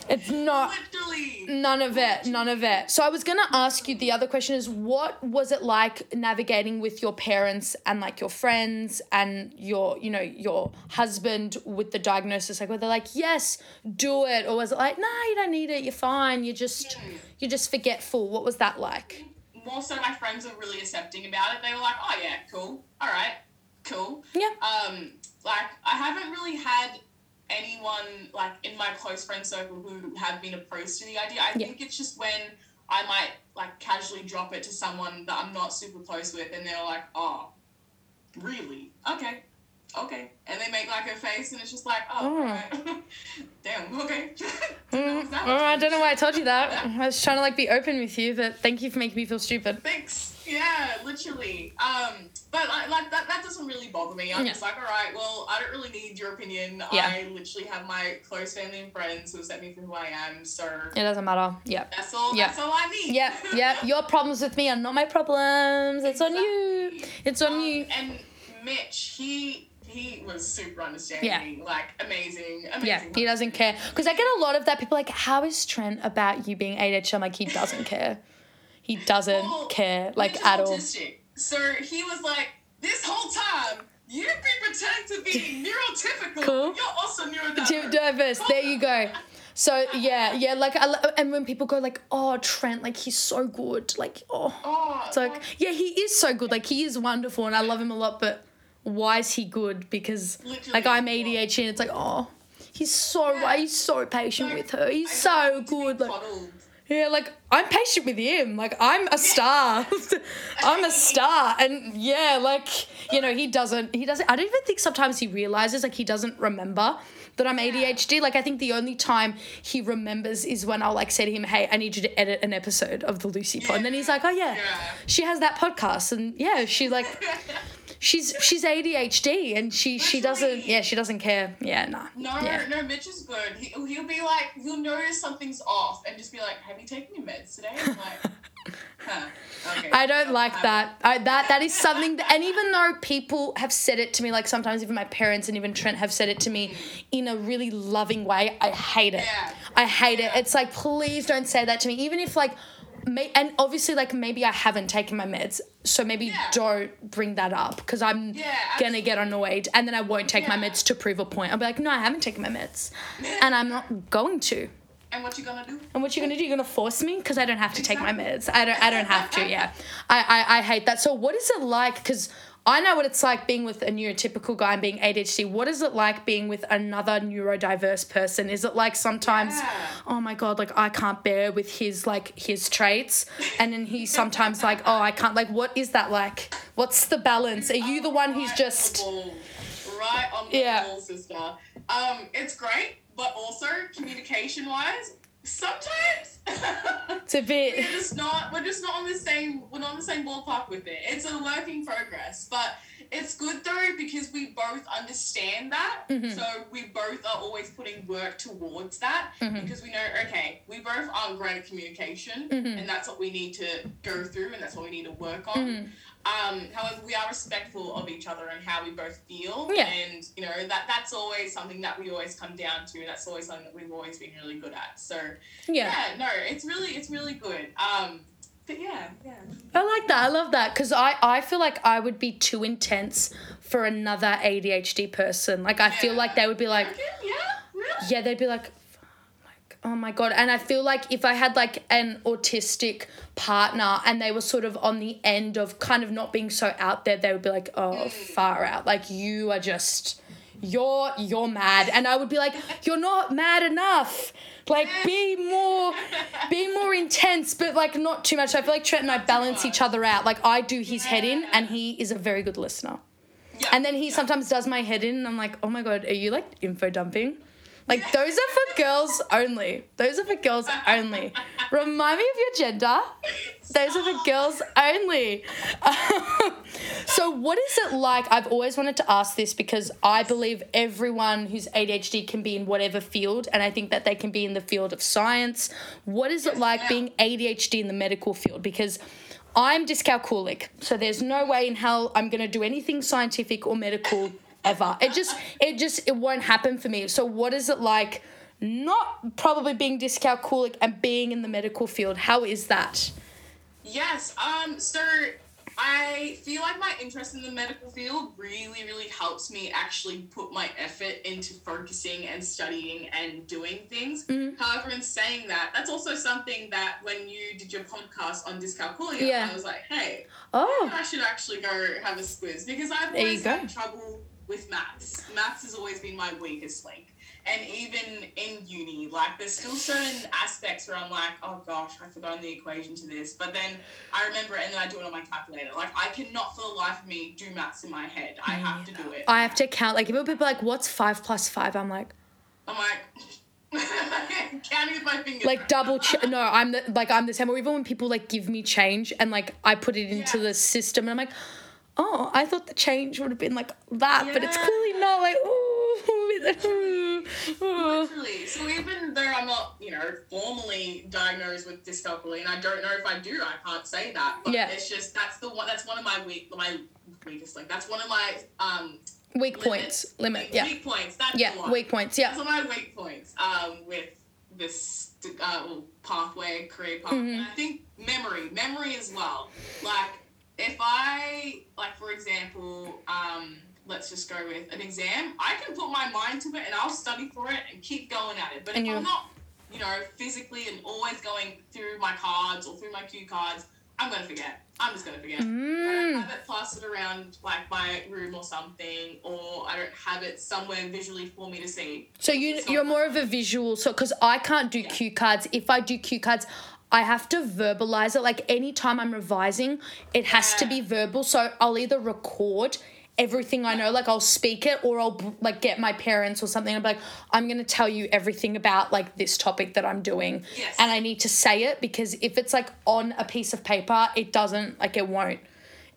S1: it's not
S2: Literally.
S1: none of it none of it so i was gonna ask you the other question is what was it like navigating with your parents and like your friends and your you know your husband with the diagnosis like were they like yes do it or was it like no you don't need it you're fine you're just you're just forgetful what was that like
S2: More so, my friends were really accepting about it. They were like, "Oh yeah, cool. All right, cool."
S1: yeah
S2: Um, like I haven't really had anyone like in my close friend circle who have been opposed to the idea. I
S1: Yeah.
S2: think it's just when I might like casually drop it to someone that I'm not super close with, and they're like, "Oh, really? Okay." Okay, and they make like a face, and it's just like, oh,
S1: Oh.
S2: alright. (laughs) damn, okay. (laughs)
S1: Mm, oh, I don't know why I told you that. I was trying to like be open with you, but thank you for making me feel stupid.
S2: Thanks. Yeah, literally. Um, but like, like that, that doesn't really bother me. I'm
S1: Yeah.
S2: just like, all right, well, I don't really need your opinion.
S1: Yeah.
S2: I literally have my close family and friends who accept me for who I am. So
S1: It doesn't matter. Yeah.
S2: that's all.
S1: Yeah.
S2: That's all I need.
S1: Yep,
S2: (laughs)
S1: yep. Your problems with me are not my problems. It's on you. It's on
S2: Um,
S1: you.
S2: And Mitch, he he was super understanding. Like amazing, amazing.
S1: Yeah, he doesn't care. Because I get a lot of that. People are like, how is Trent about you being ADHD? I'm like, he doesn't care. He doesn't
S2: Well,
S1: care,
S2: Mitch
S1: like
S2: is
S1: at all.
S2: autistic. So he was like, this whole time. You've been pretending to
S1: (laughs)
S2: be neurotypical.
S1: Cool.
S2: You're also neurodiverse.
S1: Too diverse. There you go. So yeah, yeah. Like, I, lo- and when people go like, oh, Trent, like he's so good. Like, oh,
S2: Oh,
S1: it's like yeah, he is so good. Like he is wonderful, and I love him a lot. But why is he good? Because
S2: Literally.
S1: like I'm ADHD, and it's like oh. He's so
S2: Yeah.
S1: he's so patient
S2: Like,
S1: with her. He's
S2: I
S1: so
S2: want to be
S1: good. Like
S2: coddled.
S1: Yeah, like I'm patient with him. Like I'm a star. I'm a star. And yeah, like you know, he doesn't he doesn't I don't even think sometimes he realizes like he doesn't remember that I'm ADHD. Like I think the only time he remembers is when I'll like say to him, "Hey, I need you to edit an episode of the Lucy pod." And then he's like, "Oh yeah.
S2: Yeah.
S1: She has that podcast." And yeah, she like she's she's ADHD and she she doesn't
S2: Literally.
S1: yeah, she doesn't care. Yeah, nah.
S2: no,
S1: yeah.
S2: no, Mitch is good. He, he'll be like, he'll notice something's off and just be like, "Have you taken your meds today?" I'm like,
S1: (laughs)
S2: huh, okay.
S1: I don't like
S2: I-
S1: that. I, that that is something that, and even though people have said it to me, like sometimes even my parents and even Trent have said it to me in a really loving way, I hate it.
S2: Yeah.
S1: I hate
S2: Yeah.
S1: it. It's like please don't say that to me, even if like. May, and obviously, like maybe I haven't taken my meds, so maybe
S2: Yeah.
S1: don't bring that up because I'm
S2: Yeah,
S1: gonna get annoyed, and then I won't take my
S2: Yeah.
S1: meds to prove a point. I'll be like, no, I haven't taken my meds, and I'm not going to.
S2: And what you gonna do?
S1: And what you gonna do? You're gonna force me because I don't have to take my meds.
S2: Exactly.
S1: I don't. I don't have to. Yeah, I, I, I hate that. So what is it like? Because I know what it's like being with a neurotypical guy and being ADHD. What is it like being with another neurodiverse person? Is it like sometimes,
S2: Yeah.
S1: oh my god, like I can't bear with his like his traits, and then he sometimes like, oh, I can't. Like, what is that like? What's the balance? Are you the one who's
S2: Right
S1: just
S2: (laughs) on the ball. right on the
S1: Yeah.
S2: ball, sister? Um, it's great, but also communication-wise, sometimes (laughs)
S1: it's a bit?
S2: we're just not we're just not on the same we're not on the same ballpark with it. It's a work in progress, but it's good though because we both understand that. So we both are always putting work towards that because we know okay, we both aren't great at communication, and that's what we need to go through and that's what we need to work on. Um, however, we are respectful of each other and how we both feel,
S1: Yeah.
S2: and you know that that's always something that we always come down to. That's always something that we've always been really good at. So
S1: Yeah.
S2: yeah, no, it's really it's really good. Um, but yeah, yeah.
S1: I like that. I love that because I, I feel like I would be too intense for another ADHD person. Like, I feel like they would be like,
S2: Okay, yeah, really.
S1: yeah, they'd be like, "F- like, oh my God. And I feel like if I had like an autistic partner and they were sort of on the end of kind of not being so out there, they would be like, oh, far out. Like, you are just, you're, you're mad. And I would be like, you're not mad enough. Like, be more be more intense, but like not too much. I feel like Trent and I balance each other out. Like I do his head in, and he is a very good listener.
S2: Yeah,
S1: And then he
S2: yeah.
S1: sometimes does my head in, and I'm like, oh my god, are you like info dumping? Like those are for girls only. Those are for girls only. Remind me of your gender. Those are for girls only. so what is it like? I've always wanted to ask this because I believe everyone who's ADHD can be in whatever field, and I think that they can be in the field of science. What is it like
S2: ma'am.
S1: being ADHD in the medical field? Because I'm dyscalculic, so there's no way in hell I'm gonna do anything scientific or medical ever. It just it just it won't happen for me. So what is it like not probably being dyscalculic and being in the medical field? How is that?
S2: Yes. Um. So I feel like my interest in the medical field really, really helps me actually put my effort into focusing and studying and doing things.
S1: Mm-hmm.
S2: However, in saying that, that's also something that when you did your podcast on dyscalculia,
S1: Yeah.
S2: I was like, hey,
S1: Oh,
S2: I should actually go have a squiz because I've
S1: There you
S2: always
S1: go.
S2: had trouble with maths. Maths has always been my weakest link. and even in uni, like there's still certain aspects where I'm like, oh gosh, I've forgotten the equation to this. But then I remember it and then I do it on my calculator. Like I cannot for the life of me do maths in my head. I have to do it.
S1: I have to count. Like, if people are like, what's five plus five? I'm like,
S2: I'm like (laughs) counting with my fingers.
S1: like double. Ch- no, I'm the, like I'm the same. Or even when people like give me change and like I put it into
S2: Yeah.
S1: the system, and I'm like, oh, I thought the change would have been like that, but it's clearly not. Like, ooh, ooh. (laughs)
S2: Literally. So even though I'm not, you know, formally diagnosed with dyscalculia, and I don't know if I do, I can't say that. But
S1: Yeah.
S2: it's just that's the one. That's one of my weak, my weakest. Like that's one of my um
S1: weak points,
S2: limits.
S1: limit.
S2: Weak,
S1: Yeah,
S2: Weak points. That's the
S1: yeah,
S2: one.
S1: weak points. Yeah.
S2: That's one of my weak points. Um, with this uh well, pathway, career pathway.
S1: Mm-hmm.
S2: And I think memory, memory as well. Like if I like for example, um. Let's just go with an exam. I can put my mind to it and I'll study for it and keep going at it. But
S1: And
S2: if
S1: you-
S2: I'm not, you know, physically and always going through my cards or through my cue cards, I'm gonna forget. I'm just gonna forget. I don't
S1: Mm.
S2: have it plastered around like my room or something, or I don't have it somewhere visually for me to see.
S1: So you you're more of a visual so because I can't do cue cards. If I do cue cards, I have to verbalize it. Like anytime I'm revising, it has to be verbal. So I'll either record everything I know, like I'll speak it, or I'll b- like get my parents or something. and be like, I'm gonna tell you everything about like this topic that I'm doing,
S2: Yes.
S1: and I need to say it because if it's like on a piece of paper, it doesn't like it won't,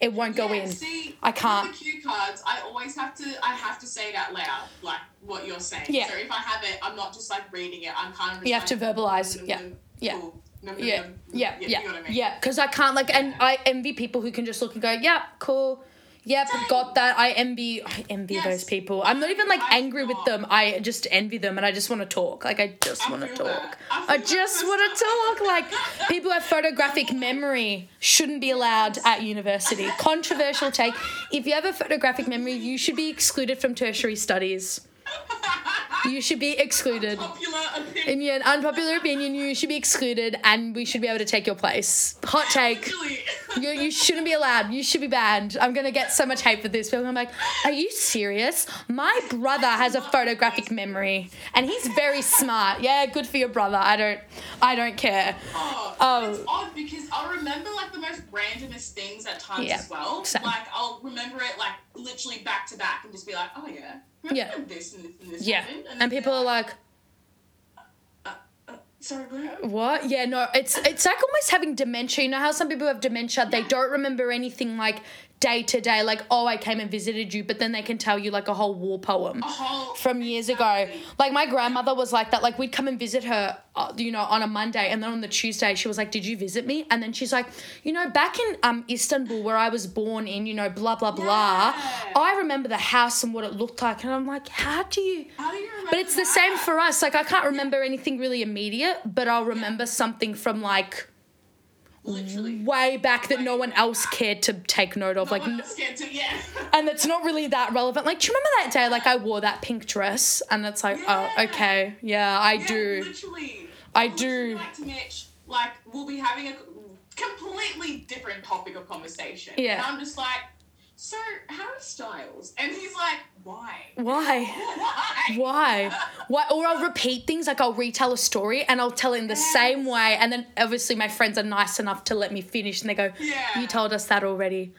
S1: it won't go
S2: Yeah,
S1: in.
S2: See,
S1: I
S2: with
S1: can't.
S2: The cue cards. I always have to. I have to say it out loud, like what you're saying.
S1: Yeah.
S2: So if I have it, I'm not just like reading it. I'm kind of. Just
S1: You have to
S2: like,
S1: verbalize,
S2: "Mm,
S1: yeah,
S2: mm,
S1: yeah,
S2: cool, mm, mm,
S1: Yeah,
S2: mm,
S1: yeah,
S2: you
S1: yeah,
S2: know what I mean?
S1: yeah. Because I can't like, and I envy people who can just look and go, "Yep, cool, yep, got that." I envy, I envy
S2: Yes.
S1: those people. I'm not even like
S2: I
S1: angry with
S2: know.
S1: them. I just envy them, and I just want to talk. Like I just
S2: I
S1: want to
S2: feel
S1: talk.
S2: that. I
S1: I
S2: feel that
S1: just want to
S2: myself.
S1: talk. Like people who have photographic memory shouldn't be allowed at university. Controversial take. If you have a photographic memory, you should be excluded from tertiary studies. You should be excluded.
S2: Popular opinion.
S1: In your unpopular opinion, you should be excluded and we should be able to take your place. Hot take.
S2: Literally.
S1: You, you shouldn't be allowed. You should be banned. I'm going to get so much hate for this. But I'm like, are you serious? My brother has a photographic memory and he's very smart. Yeah, good for your brother. I don't I don't care.
S2: Oh,
S1: Oh.
S2: it's odd because I'll remember like the most randomest things at times
S1: Yeah,
S2: as well.
S1: same.
S2: Like I'll remember it like literally back to back and just be like, oh yeah, remember
S1: Yeah.
S2: this and this and this
S1: Yeah.
S2: happened.
S1: And people are like,
S2: sorry, bro.
S1: What? Yeah, no, it's it's like almost having dementia. You know how some people have dementia, they don't remember anything like day to day, like, oh, I came and visited you, but then they can tell you like a whole war poem.
S2: whole-
S1: from years ago. Like my grandmother was like that. Like we'd come and visit her, uh, you know, on a Monday, and then on the Tuesday she was like, "Did you visit me?" And then she's like, "You know, back in um Istanbul where I was born in, you know, blah blah blah.
S2: Yeah.
S1: I remember the house and what it looked like." And I'm like, "How do you?"
S2: How do you remember?
S1: But it's the
S2: that?
S1: same for us. Like I can't remember anything really immediate, but I'll remember something from like
S2: Literally.
S1: way back that no one else cared to take note of. Like
S2: Like, else can do, yeah.
S1: and it's not really that relevant. Like, do you remember that day? Like, I wore that pink dress, and it's like, oh,
S2: Yeah.
S1: okay, yeah, I
S2: (laughs) Yeah,
S1: do.
S2: Literally.
S1: I
S2: Literally,
S1: do.
S2: Like to Mitch, like we'll be having a completely different topic of conversation.
S1: Yeah.
S2: And I'm just like, so Harry Styles, and he's like, why? (laughs)
S1: Why? Oh.
S2: Why?
S1: Why? Why? Or I'll repeat things, like I'll retell a story and I'll tell it in the
S2: Yes.
S1: same way. And then obviously, my friends are nice enough to let me finish, and they go,
S2: Yeah.
S1: You told us that already.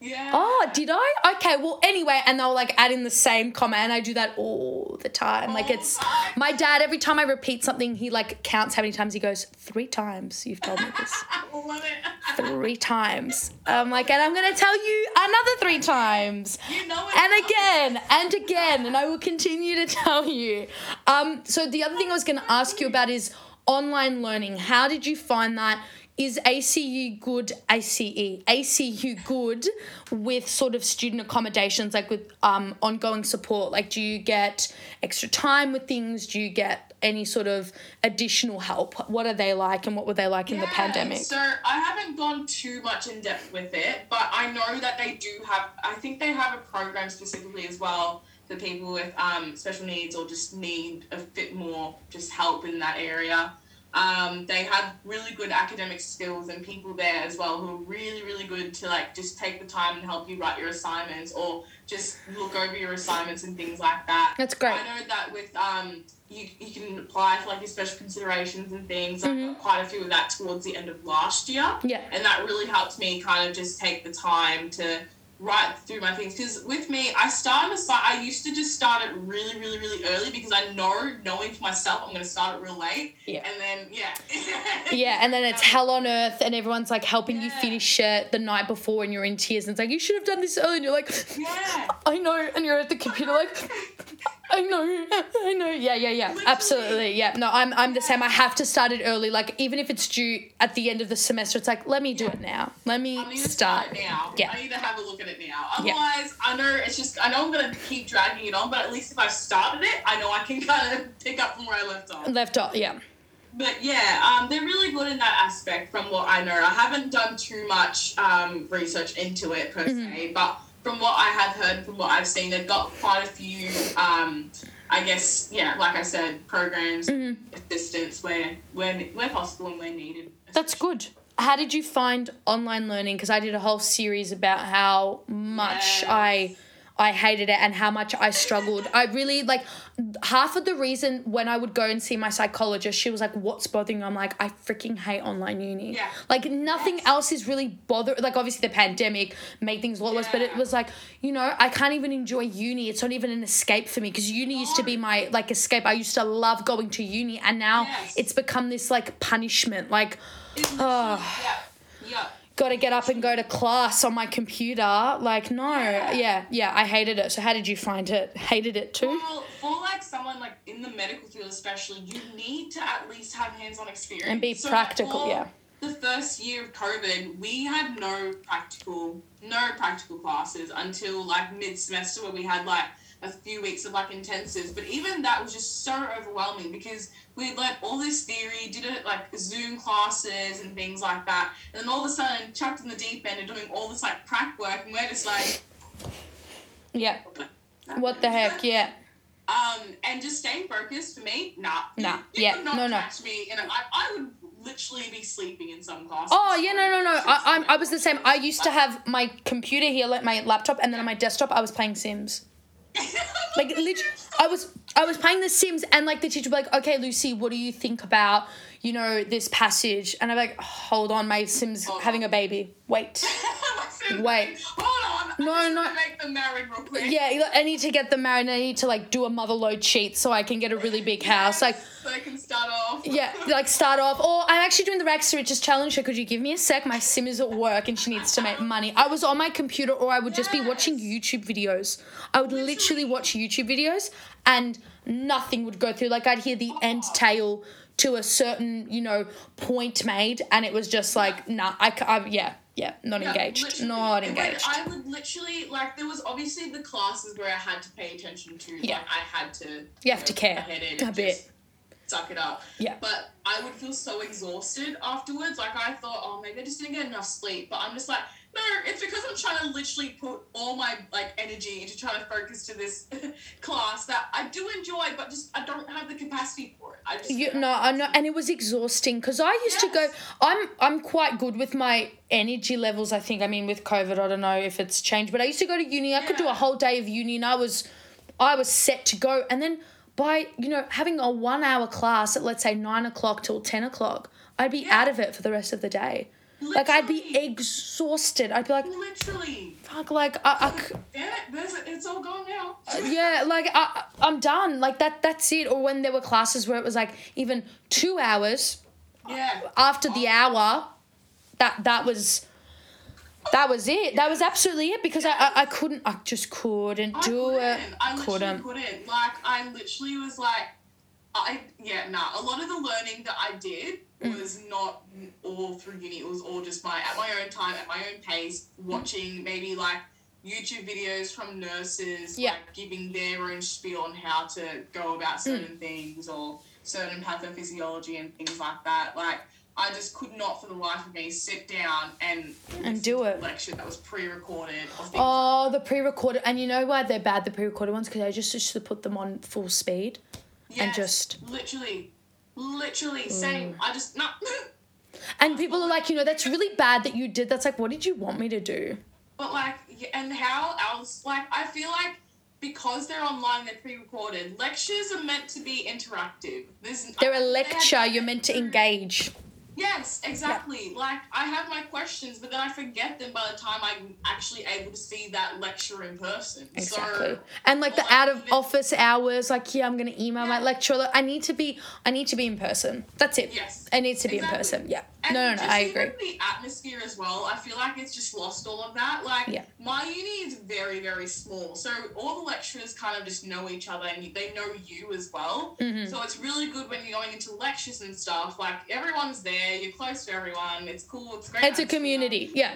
S2: Yeah.
S1: Oh, did I? Okay, well, anyway, and they'll like add in the same comment, and I do that all the time. Like,
S2: All
S1: it's
S2: the time.
S1: my dad, every time I repeat something, he like counts how many times he goes, Three times you've told me this.
S2: I love it. (laughs)
S1: three times. I'm like, and I'm gonna tell you another three times.
S2: You know it.
S1: And again, and again, and I will continue to (laughs) tell you. Um, so the other thing I was gonna ask you about is online learning. How did you find that? Is ACU good E? ACE? ACU good with sort of student accommodations, like with um, ongoing support? Like, do you get extra time with things? Do you get any sort of additional help? What are they like and what were they like in the
S2: Yeah,
S1: pandemic?
S2: So I haven't gone too much in depth with it, but I know that they do have. I think they have a program specifically as well for people with um, special needs or just need a bit more just help in that area. Um, they had really good academic skills and people there as well who are really, really good to like just take the time and help you write your assignments or just look over your assignments and things like that.
S1: That's great.
S2: I know that with um, you, you can apply for like your special considerations and things.
S1: Mm-hmm.
S2: I got quite a few of that towards the end of last year,
S1: Yeah.
S2: and that really helped me kind of just take the time to write through my things. Because with me, I start an assi- I used to just start it really, really, really early because I know, knowing for myself, I'm going to start it real late,
S1: Yeah.
S2: and then yeah, (laughs)
S1: Yeah, and then it's
S2: Um,
S1: hell on earth, and everyone's like helping you
S2: Yeah.
S1: finish it the night before, and you're in tears, and it's like, you should have done this earlier. And you're like, (laughs)
S2: Yeah.
S1: I know. And you're at the computer, like,
S2: (laughs)
S1: I know, I know. Yeah, yeah, yeah.
S2: Literally.
S1: Absolutely. Yeah. No, I'm, I'm the same. I have to start it early. Like, even if it's due at the end of the semester, it's like, let me do it now. Let me
S2: I need to
S1: start.
S2: it now.
S1: Yeah.
S2: I need to have a look at it now.
S1: Yeah.
S2: Otherwise, I know it's just I know I'm gonna keep dragging it on, but at least if I started it, I know I can (laughs) kind of pick up from where I left off.
S1: Left off. Yeah.
S2: But yeah, um, they're really good in that aspect from what I know. I haven't done too much um, research into it per
S1: Mm-hmm.
S2: se, but from what I have heard, from what I've seen, they've got quite a few, um, I guess, yeah, like I said, programs,
S1: Mm-hmm.
S2: assistance where, where, where possible and where needed.
S1: That's good. How did you find online learning? Because I did a whole series about how much
S2: Yes.
S1: I I hated it and how much I struggled. I really like half of the reason when I would go and see my psychologist, she was like, "What's bothering you?" I'm like, "I freaking hate online uni.
S2: Yeah.
S1: Like nothing else is really bother. Like obviously the pandemic made things a lot worse, but it
S2: Yeah.
S1: was like you know I can't even enjoy uni. It's not even an escape for me because uni used to be my like escape. I used to love going to uni, and now
S2: Yes.
S1: it's become this like punishment. Like
S2: It's-
S1: Oh.
S2: Yeah, yeah.
S1: got to get up and go to class on my computer. Like, no. Yeah.
S2: Yeah.
S1: yeah, I hated it. So, how did you find it? Hated it too?
S2: Well, for like someone like in the medical field especially, you need to at least have hands-on experience
S1: And be
S2: So,
S1: practical,
S2: for
S1: yeah.
S2: The first year of COVID, we had no practical, no practical classes until like mid-semester where we had like a few weeks of like intensives. But even that was just so overwhelming because we had learnt all this theory, did it like Zoom classes and things like that, and then all of a sudden chucked in the deep end and doing all this like prac work, and we're just like.
S1: Yeah. What the heck? Yeah.
S2: Um, and just staying focused for me, nah.
S1: Nah,
S2: You
S1: yeah,
S2: could not
S1: no, no.
S2: catch me, and I, I would literally be sleeping in some classes.
S1: Oh yeah, no, no, no. I, I'm, I
S2: (laughs)
S1: was the same. I used to have my computer here, like my laptop, and then on my desktop, I was playing Sims. Like literally, I
S2: (laughs)
S1: was I was playing The Sims, and like the teacher would be like, "Okay, Lucy, what do you think about you know this passage?" And I'm like, "Oh, "Hold on, my Sims
S2: Hold
S1: having a
S2: on.
S1: baby. Wait." Wait.
S2: Hold on.
S1: No,
S2: I just
S1: no.
S2: wanna Make them married real quick.
S1: Yeah, you know, I need to get them married. and I need to like do a mother load cheat so I can get a really big house. Like,
S2: so I can start off.
S1: yeah, like start off. Or I'm actually doing the Rags to Riches challenge. So could you give me a sec? My sim is at work and she needs to make money. I was on my computer, or I would just be watching YouTube videos. I would literally watch YouTube videos, and nothing would go through. Like I'd hear the end tale to a certain you know point made, and it was just like, nah, I, ca- I yeah, yeah, not
S2: Yeah,
S1: engaged,
S2: literally.
S1: not
S2: And,
S1: engaged.
S2: Like, I would literally like there was obviously the classes where I had to pay attention to.
S1: Yeah.
S2: Like, I had to.
S1: You have to
S2: know,
S1: care
S2: head in
S1: a
S2: and
S1: bit.
S2: just Suck it up.
S1: Yeah.
S2: But I would feel so exhausted afterwards. Like I thought, oh, maybe I just didn't get enough sleep. But I'm just like, no, it's because I'm trying to literally put all my like energy into trying to focus to this (laughs) class that I do enjoy, but just I don't have the capacity for it. I just
S1: You no, I know, and it was exhausting because I used to go.
S2: Yes.
S1: I'm I'm quite good with my energy levels. I think. I mean, with COVID, I don't know if it's changed, but I used to go to uni. I could do a
S2: Yeah.
S1: whole day of uni, and I was, I was set to go. And then by you know having a one hour class at let's say nine o'clock till ten o'clock, I'd be out of it for the rest of the day. Like I'd be
S2: Literally.
S1: exhausted. I'd be like,
S2: Literally.
S1: fuck, like I, I c-
S2: Damn it, there's, it's all gone now.
S1: yeah like I, I- i'm done like that that's it or when there were classes where it was like even two hours
S2: Yeah.
S1: after the hour that that was that was it that was absolutely it because I, I i couldn't i just couldn't
S2: I
S1: do
S2: couldn't.
S1: it
S2: I literally
S1: couldn't
S2: couldn't. Like I literally was like, I yeah nah. A lot of the learning that I did
S1: Mm.
S2: was not all through uni. It was all just my at my own time, at my own pace,
S1: Mm.
S2: watching maybe like YouTube videos from nurses,
S1: Yeah. Mm.
S2: like giving their own spiel on how to go about certain things or certain pathophysiology and things like that. Like. I just could not, for the life of me, sit down and
S1: And
S2: listen
S1: do
S2: to a
S1: it.
S2: lecture that was pre-recorded. Or things
S1: oh the pre-recorded and you know why they're bad the pre-recorded ones because i just Mm. used to put them on full speed and
S2: Yes,
S1: just-
S2: literally Literally, same. I just, not. (laughs)
S1: And people are like, you know, that's really bad that you did. That's like, what did you want me to do?
S2: But like, y- and how else? Like, I feel like because they're online, they're pre-recorded. Lectures are meant to be interactive. There's,
S1: They're
S2: I-
S1: a
S2: they had-
S1: lecture. You're meant to engage.
S2: Yes, exactly. Like I have my questions, but then I forget them by the time I'm actually able to see that lecture in person.
S1: Exactly.
S2: So,
S1: And like the
S2: Well,
S1: out of
S2: even-
S1: office hours, like, yeah, I'm gonna email my
S2: Yeah.
S1: lecturer. I need to be I need to be in person. That's it.
S2: Yes.
S1: I need to be in
S2: Exactly.
S1: person. Yeah.
S2: and
S1: No, no, no,
S2: just
S1: I
S2: even
S1: agree.
S2: The atmosphere as well. I feel like it's just lost all of that. Like
S1: Yeah.
S2: my uni is very, very small, so all the lecturers kind of just know each other and they know you as well.
S1: Mhm.
S2: So it's really good when you're going into lectures and stuff. Like everyone's there, you're close to everyone. It's cool. It's great.
S1: It's a
S2: atmosphere.
S1: community. Yeah.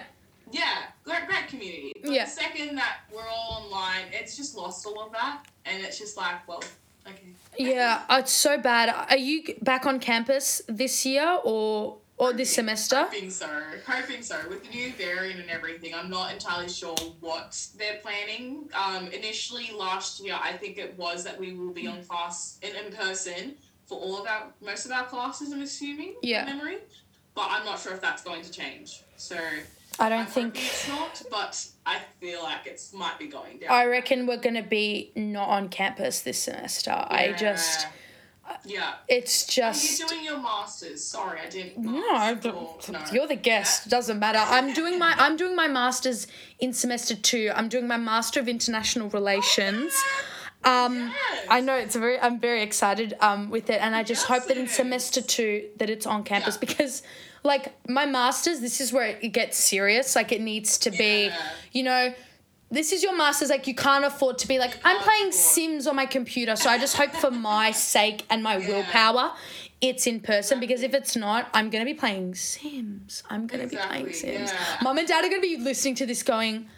S2: Yeah, great, great community. But
S1: Yeah.
S2: The second that we're all online, it's just lost all of that, and it's just like, well, okay.
S1: Yeah. Oh, It's so bad. Are you back on campus this year or or Oh, this semester?
S2: Hoping so. Hoping so. With the new variant and everything, I'm not entirely sure what they're planning. Um, initially last year, I think it was that we will be
S1: Mm.
S2: on class in, in person for all of our most of our classes. I'm assuming. from
S1: Yeah.
S2: Memory, but I'm not sure if that's going to change. So
S1: I
S2: I'm
S1: don't
S2: hoping
S1: think
S2: it's not, but I feel like it's might be going down.
S1: I reckon we're gonna be not on campus this semester. I just
S2: Yeah.
S1: it's
S2: Are
S1: just
S2: you doing your masters? Sorry, I didn't.
S1: No, I
S2: ask.
S1: don't-
S2: Or- no.
S1: you're the guest. Doesn't matter. I'm doing my I'm doing my masters in semester two. I'm doing my master of international relations.
S2: Uh,
S1: Um,
S2: Yes.
S1: I know it's very. I'm very excited um, with it, and I just hope that in
S2: Yes.
S1: semester two that it's on campus
S2: Yeah.
S1: because, like my masters, this is where it gets serious. Like it needs to be,
S2: Yeah.
S1: you know. This is your masters, like you can't afford to be like, I'm
S2: can't
S1: playing
S2: afford.
S1: Sims on my computer. So I just hope for
S2: (laughs)
S1: my sake and my
S2: Yeah.
S1: willpower, it's in person because if it's not, I'm gonna be playing Sims. I'm gonna be playing
S2: Exactly,
S1: Sims.
S2: yeah.
S1: Mum and dad are gonna be listening to this going,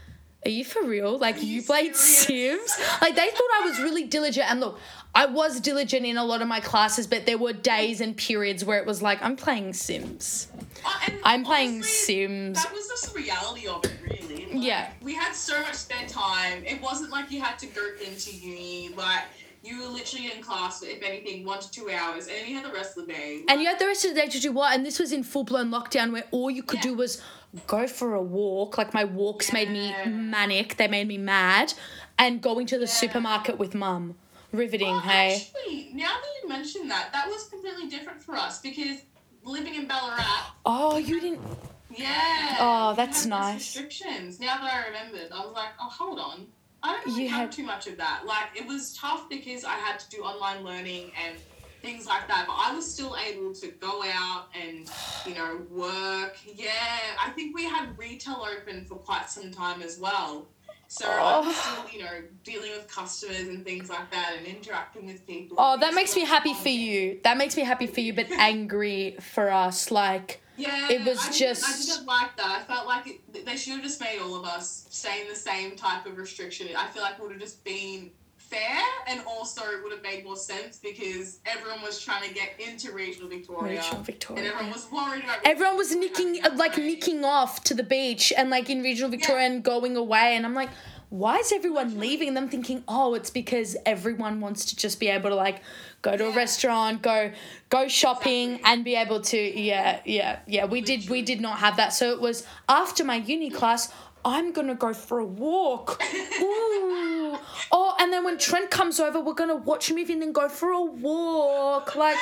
S1: Are you for real? Like you,
S2: you
S1: played
S2: serious?"
S1: Sims? Like they thought I was really diligent and look, I was diligent in a lot of my classes, but there were days and periods where it was like, I'm playing Sims.
S2: Uh, and
S1: I'm playing
S2: honestly,
S1: Sims.
S2: That was just the reality of it, really. Like,
S1: Yeah.
S2: We had so much spare time. It wasn't like you had to go into uni. Like you were literally in class for, if anything, one to two hours, and then you had the rest of the day.
S1: And you had the rest of the day to do what? And this was in full blown lockdown where all you could
S2: Yeah.
S1: do was go for a walk. Like my walks made me
S2: Yeah.
S1: manic, they made me mad. And going to the
S2: Yeah.
S1: supermarket with mum. Riveting,
S2: Well,
S1: hey?
S2: Actually, now that you mention that, that was completely different for us because living in Ballarat,
S1: Oh, you didn't.
S2: Yeah.
S1: Oh,
S2: we
S1: that's
S2: had those
S1: nice.
S2: Restrictions. Now that I remembered, I was like, oh, hold on. I don't really
S1: You
S2: have
S1: had-
S2: too much of that. Like, it was tough because I had to do online learning and things like that, but I was still able to go out and, you know, work. Yeah, I think we had retail open for quite some time as well. So I was
S1: Oh.
S2: still, you know, dealing with customers and things like that and interacting with people.
S1: Oh,
S2: It's
S1: that makes me
S2: not
S1: happy for
S2: fun.
S1: you. That makes me happy for you,
S2: (laughs)
S1: but angry for us. Like,
S2: Yeah,
S1: It was
S2: I didn't- I
S1: just-
S2: didn't like that. I felt like it, they should have just made all of us stay in the same type of restriction. I feel like it would have just been fair, and also it would have made more sense because everyone was trying to get into regional Victoria,
S1: Rachel,
S2: and
S1: Victoria.
S2: everyone was worried about.
S1: (laughs) Everyone was nicking, uh, like, nicking off to the beach and, like, in regional Victoria and going away. And I'm like, why is everyone leaving? And I'm thinking, oh, it's because everyone wants to just be able to, like, go to a
S2: Yeah.
S1: restaurant, go go shopping
S2: Exactly.
S1: and be able to yeah, yeah, yeah. We did we
S2: Literally.
S1: did not have that. So it was after my uni class, I'm gonna go for a
S2: (laughs)
S1: walk. Ooh. Oh, and then when Trent comes over, we're gonna watch a movie and then go for a walk. Like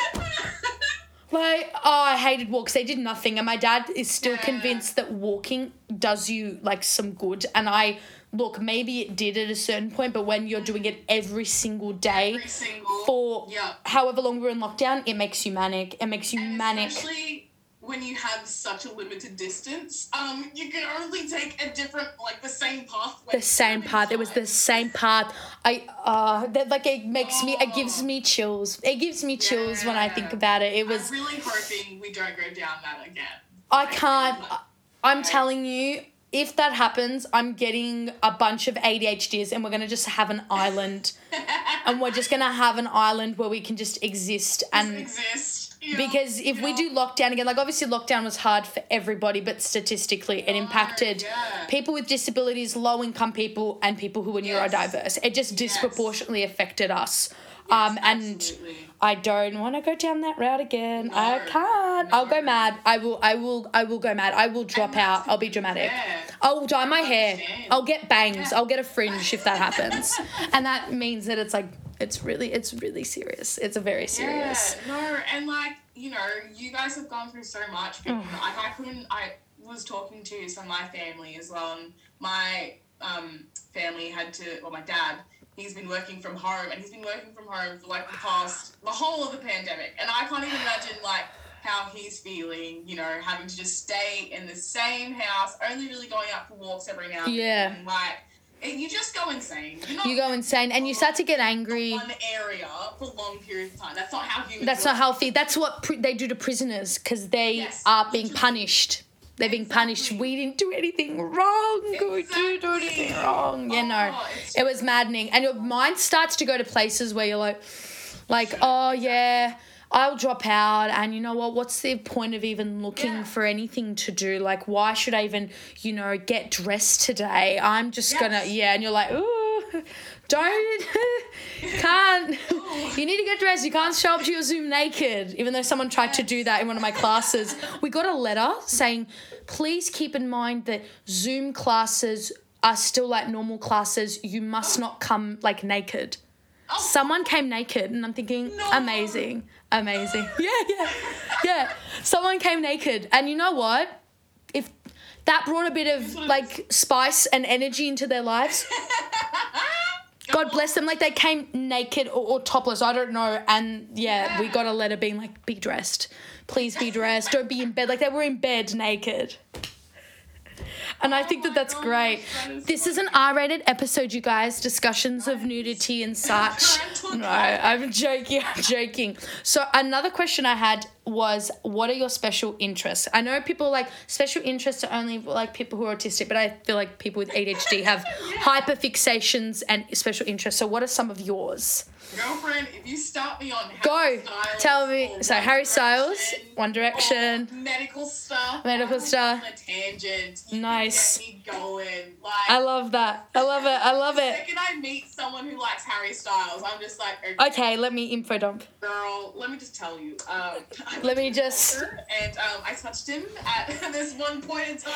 S1: like oh, I hated walks. They did nothing, and my dad is still
S2: Yeah.
S1: convinced that walking does you like some good. And I look, maybe it did at a certain point, but when you're doing it every single day
S2: Every single
S1: for
S2: yeah.
S1: however long we're in lockdown, it makes you manic. It makes you
S2: And
S1: manic.
S2: Especially when you have such a limited distance, um, you can only take a different, like the same pathway.
S1: The same path. It was the same path. I uh that like it makes me it gives
S2: Oh.
S1: me chills. It gives me chills when I think
S2: Yeah.
S1: about it. It was
S2: I'm really hoping we don't go down that again.
S1: I can't. I- I'm
S2: Right.
S1: telling you, if that happens, I'm getting a bunch of ADHDs and we're going to just have an
S2: (laughs)
S1: island. and we're just going to have an island where we can just exist.
S2: Doesn't
S1: And
S2: exist. you know,
S1: um, because if we
S2: you
S1: do
S2: know.
S1: lockdown again, like obviously lockdown was hard for everybody, but statistically
S2: Oh
S1: it impacted
S2: yeah.
S1: people with disabilities, low income people, and people who were
S2: Yes.
S1: neurodiverse. It just disproportionately affected us. um, and
S2: absolutely.
S1: I don't want to go down that route again. I
S2: No,
S1: can't. I'll go
S2: no.
S1: mad. I will. I will. I will go mad. I will drop out. I'll be dramatic.
S2: Yeah.
S1: I'll dye my hair.
S2: Understand.
S1: I'll get bangs. I'll get a fringe if that happens,
S2: (laughs)
S1: and that means that it's like it's really it's really serious. It's a very serious.
S2: Yeah, no, and like you know, you guys have gone through so much. But
S1: Mm.
S2: like, I couldn't. I was talking to some of my family as well, and my um, family had to. Well, my dad, he's been working from home, and he's been working from home for like the past the whole of the pandemic, and I can't even imagine like how he's feeling. You know, having to just stay in the same house, only really going out for walks every now. and
S1: Yeah.
S2: then, like it, you just go insane. You're not Oh.
S1: You go insane, and you start to get angry.
S2: one area for long periods of time. That's not how humans.
S1: That's
S2: work.
S1: not healthy. That's what pr- they do to prisoners because they
S2: Yes.
S1: are being punished. They're being punished.
S2: Exactly.
S1: We didn't do anything wrong. We didn't do anything
S2: Exactly.
S1: wrong. You know,
S2: Oh, it's-
S1: it was maddening, and your mind starts to go to places where you're like, like, oh yeah, I'll drop out, and you know what? What's the point of even looking
S2: Yeah.
S1: for anything to do? Like, why should I even, you know, get dressed today? I'm just gonna,
S2: Yes.
S1: yeah. And you're like, ooh, (laughs) don't, can't. (laughs) You need to get dressed. You can't show up to your Zoom naked, even though someone tried to do that in one of my classes. We got a letter saying, please keep in mind that Zoom classes are still like normal classes. You must not come like naked. Someone came naked, and I'm thinking,
S2: Oh. No.
S1: amazing, amazing. (laughs) Yeah, yeah, yeah. Someone came naked, and you know what? If that brought a bit of like spice and energy into their
S2: (laughs)
S1: lives, God bless them. Like they came naked or, or topless. I don't know. And yeah, we got a letter being like, be dressed. Please be dressed. Don't be in bed. Like they were in bed naked. And I think that
S2: Oh my
S1: that's
S2: gosh,
S1: great.
S2: that is
S1: this is an R-rated episode, you guys. Discussions of nudity and such.
S2: Parental
S1: No, I'm joking. I'm joking. So another question I had was, what are your special interests? I know people are like special interests are only like people who are autistic, but I feel like people with ADHD have hyperfixations and special interests. So what are some of yours?
S2: Girlfriend, if you start me on Harry
S1: Go.
S2: Styles
S1: Tell me.
S2: or
S1: So
S2: One
S1: Harry Styles,
S2: Direction
S1: One
S2: or
S1: Direction.
S2: medical stuff,
S1: Medical
S2: I'm
S1: stuff.
S2: on a tangent. You can
S1: Nice.
S2: Get me going. Like
S1: I love that. I love it. I love
S2: The
S1: it.
S2: second I meet someone who likes Harry Styles, I'm just like, okay,
S1: Okay, let me info dump.
S2: girl, let me just tell you. Um, I
S1: Let me
S2: went to the
S1: just-
S2: doctor And um, I touched him at (laughs) this one point in time.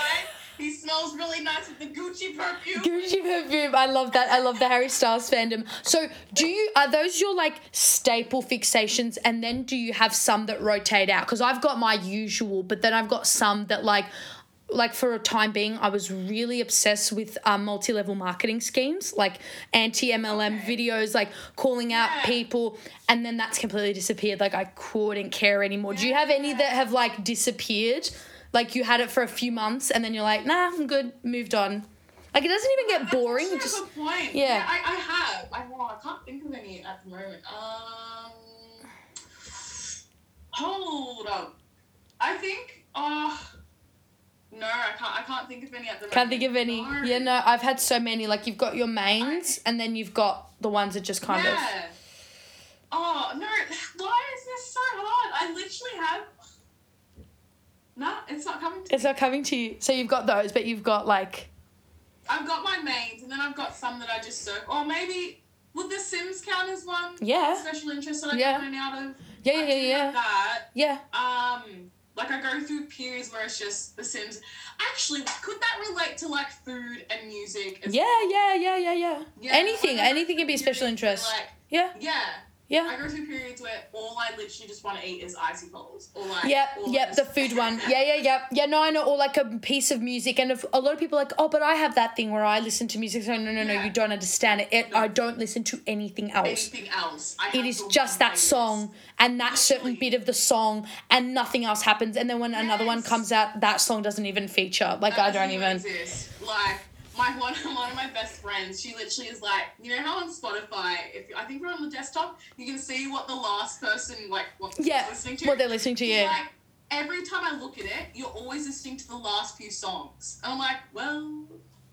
S2: He smells really nice with the Gucci perfume.
S1: Gucci perfume. I love that. I love the Harry Styles fandom. So, do you are those your like staple fixations, and then do you have some that rotate out? Because I've got my usual, but then I've got some that like, like for a time being, I was really obsessed with um, multi-level marketing schemes, like anti MLM videos, like calling out
S2: Yeah.
S1: people, and then that's completely disappeared. Like I couldn't care anymore. Do you have any that have like disappeared? Like you had it for a few months, and then you're like, nah, I'm good, moved on. Like it doesn't even get boring.
S2: That's
S1: Just
S2: actually a good point.
S1: yeah.
S2: I, I have. I, well, I can't think of any at the moment. Um, hold up. I think. Uh, no, I can't. I can't think of any at the moment.
S1: can't think of any.
S2: No.
S1: Yeah, no, I've had so many. Like you've got your mains, and then you've got the ones that just kind of.
S2: Yeah. Oh no! Why is this so hard? I literally have. No, it's not coming. To
S1: It's not coming to you. So you've got those, but you've got like.
S2: I've got my mains, and then I've got some that I just circle. Or maybe would The Sims count as one?
S1: Yeah.
S2: Special interest that I
S1: Yeah.
S2: get in and out of.
S1: Yeah,
S2: I
S1: yeah,
S2: do
S1: yeah,
S2: have
S1: yeah.
S2: That.
S1: Yeah.
S2: Um, like I go through periods where it's just The Sims. Actually, could that relate to like food and music? as
S1: Yeah,
S2: well?
S1: yeah, yeah, yeah, yeah.
S2: Yeah,
S1: Anything,
S2: like, I go
S1: anything can be a
S2: through
S1: special
S2: periods
S1: interest.
S2: where,
S1: Yeah,
S2: Like, yeah. I
S1: yeah.
S2: go through periods where all I literally just want to eat is icicles or like.
S1: Yep,
S2: all I
S1: yep,
S2: just-
S1: the food
S2: (laughs)
S1: one. Yeah, yeah, yep. Yeah, no, I know. Or like a piece of music. And if, a lot of people are like, oh, but I have that thing where I listen to music. So, no, no, no,
S2: Yeah.
S1: you don't understand it. it. I don't listen to anything else.
S2: Anything else? I
S1: it
S2: have
S1: is
S2: the
S1: just
S2: one
S1: that
S2: playlist.
S1: song and that certain
S2: Literally.
S1: bit of the song and nothing else happens and then when another one
S2: Yes.
S1: comes out that song doesn't even feature like i
S2: That
S1: don't
S2: doesn't
S1: even
S2: exist. Like my one (laughs) one of my best friends, she literally is like, you know how on Spotify, if I think we're on the desktop, you can see what the last person like what
S1: yeah
S2: listening to.
S1: what they're listening to
S2: She's
S1: yeah
S2: Like, every time I look at it, you're always listening to the last few songs, and I'm like, well,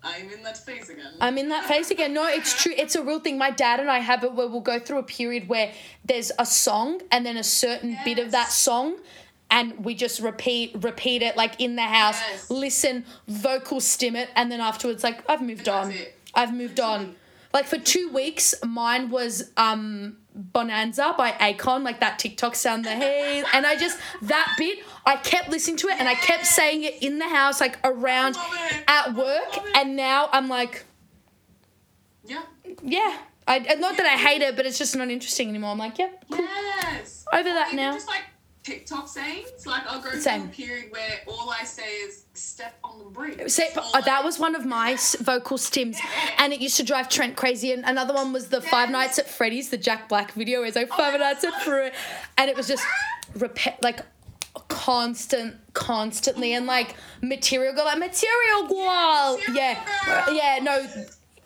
S2: I'm in that phase again.
S1: I'm in that phase again. No, it's true. It's a real thing. My dad and I have it where we'll go through a period where there's a song and then a certain bit of that
S2: Yes.
S1: song and we just repeat repeat it like in the house,
S2: Yes.
S1: listen, vocal stim it and then afterwards like I've moved
S2: And that's
S1: on.
S2: it.
S1: I've moved on.
S2: Literally.
S1: Like for 2 weeks mine was um Bonanza by Akon, like that TikTok sound, the hey, and I just that bit, I kept listening to it and I kept saying it in the house, like around
S2: Love it.
S1: at work,
S2: Love it.
S1: and now I'm like,
S2: Yeah.
S1: yeah, I and not that I hate it, but it's just not interesting anymore. I'm like, yep,
S2: Yes.
S1: over that
S2: Even
S1: now.
S2: Just like TikTok sayings. Like I'll go through
S1: Same.
S2: a period where all I say is step on the brink.
S1: Say,
S2: Or,
S1: uh, that was one of my s- vocal stims, and it used to drive Trent crazy. And another one was the Five Nights at Freddy's, the Jack Black video, where it's like Five
S2: my
S1: Nights at
S2: God.
S1: Freddy's, and it was just repet like constant, constantly, and like material girl, like material girl, yeah,
S2: Material Girl.
S1: yeah, no,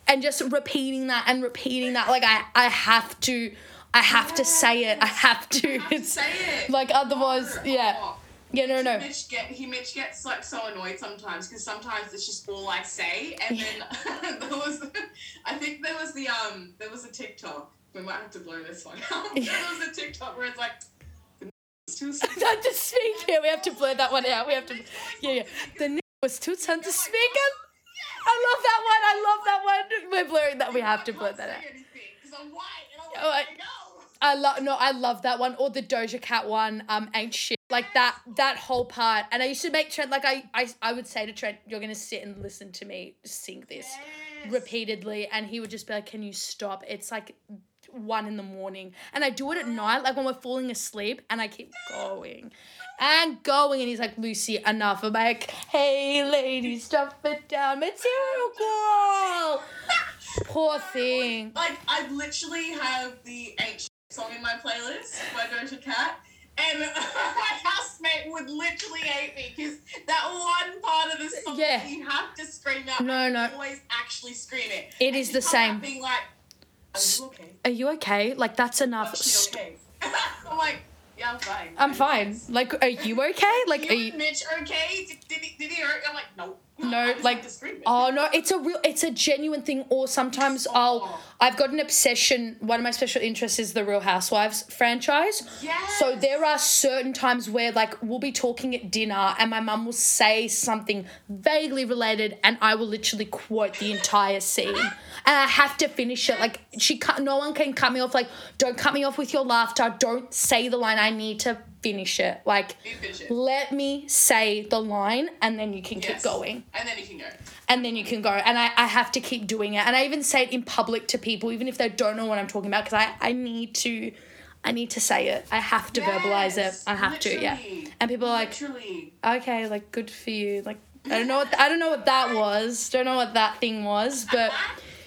S1: and just repeating that and repeating that. Like I, I have to, I have to say it. I have to.
S2: have to say it.
S1: like otherwise,
S2: Oh,
S1: yeah,
S2: oh.
S1: yeah, no, (laughs) no.
S2: Mitch get he Mitch gets like so annoyed sometimes because sometimes it's just all I say and then (laughs) there was I think there was the um there was a TikTok we might have to blow this one out there
S1: (laughs)
S2: was a TikTok where it's like (laughs) it's too soon.
S1: tongue to speak. Yeah, we have to blur that one out. We have to. Yeah, yeah. The n- was too tongue to speak. and-
S2: oh,
S1: I love that one. I love that one. We're blurring that. We have to blur that out.
S2: because I'm white and I'm
S1: Oh, I-
S2: like, no.
S1: I love no, I love that one or the Doja Cat one. Um, ain't shit like that. That whole part, and I used to make Trent like I, I, I would say to Trent, "You're gonna sit and listen to me sing this
S2: Yes.
S1: repeatedly," and he would just be like, "Can you stop? It's like one in the morning." And I do it at
S2: Ah.
S1: night, like when we're falling asleep, and I keep going and going, and he's like, "Lucy, enough." I'm like, "Hey, lady, stop it down, material girl." Poor thing.
S2: Like I literally have the ancient song in my playlist by Doja Cat, and (laughs) my housemate would literally hate me because that one part of the song
S1: Yeah.
S2: you have to scream out.
S1: No,
S2: and
S1: no.
S2: you Always actually scream it.
S1: It
S2: And
S1: is
S2: she
S1: the
S2: comes
S1: same.
S2: out Being like, are you okay?
S1: Are you okay? Like that's enough.
S2: Are
S1: St-
S2: she okay? (laughs) I'm like, yeah, I'm fine.
S1: I'm fine. Like, are you okay? Like,
S2: You
S1: are you?
S2: and Mitch okay? Did, did, he, did he hurt? I'm like, no.
S1: No,
S2: (laughs) I just
S1: like,
S2: have to scream it.
S1: Oh no, it's a real, it's a genuine thing. Or sometimes I'll, I've got an obsession. One of my special interests is the Real Housewives franchise.
S2: Yes.
S1: So there are certain times where like we'll be talking at dinner and my mum will say something vaguely related and I will literally quote the entire scene. And I have to finish it. Like she can no one can cut me off like don't cut me off with your laughter. Don't say the line. I need to finish it. Like
S2: You finish it.
S1: let me say the line and then you can keep
S2: Yes.
S1: going
S2: And then you can go.
S1: and then you can go and I, I have to keep doing it and i even say it in public to people even if they don't know what i'm talking about because I, I need to i need to say it i have to verbalize it
S2: Yes,
S1: i have to yeah
S2: literally.
S1: and people are like
S2: Literally.
S1: okay like good for you like i don't know
S2: (laughs)
S1: what i don't know what that was don't know what that thing was but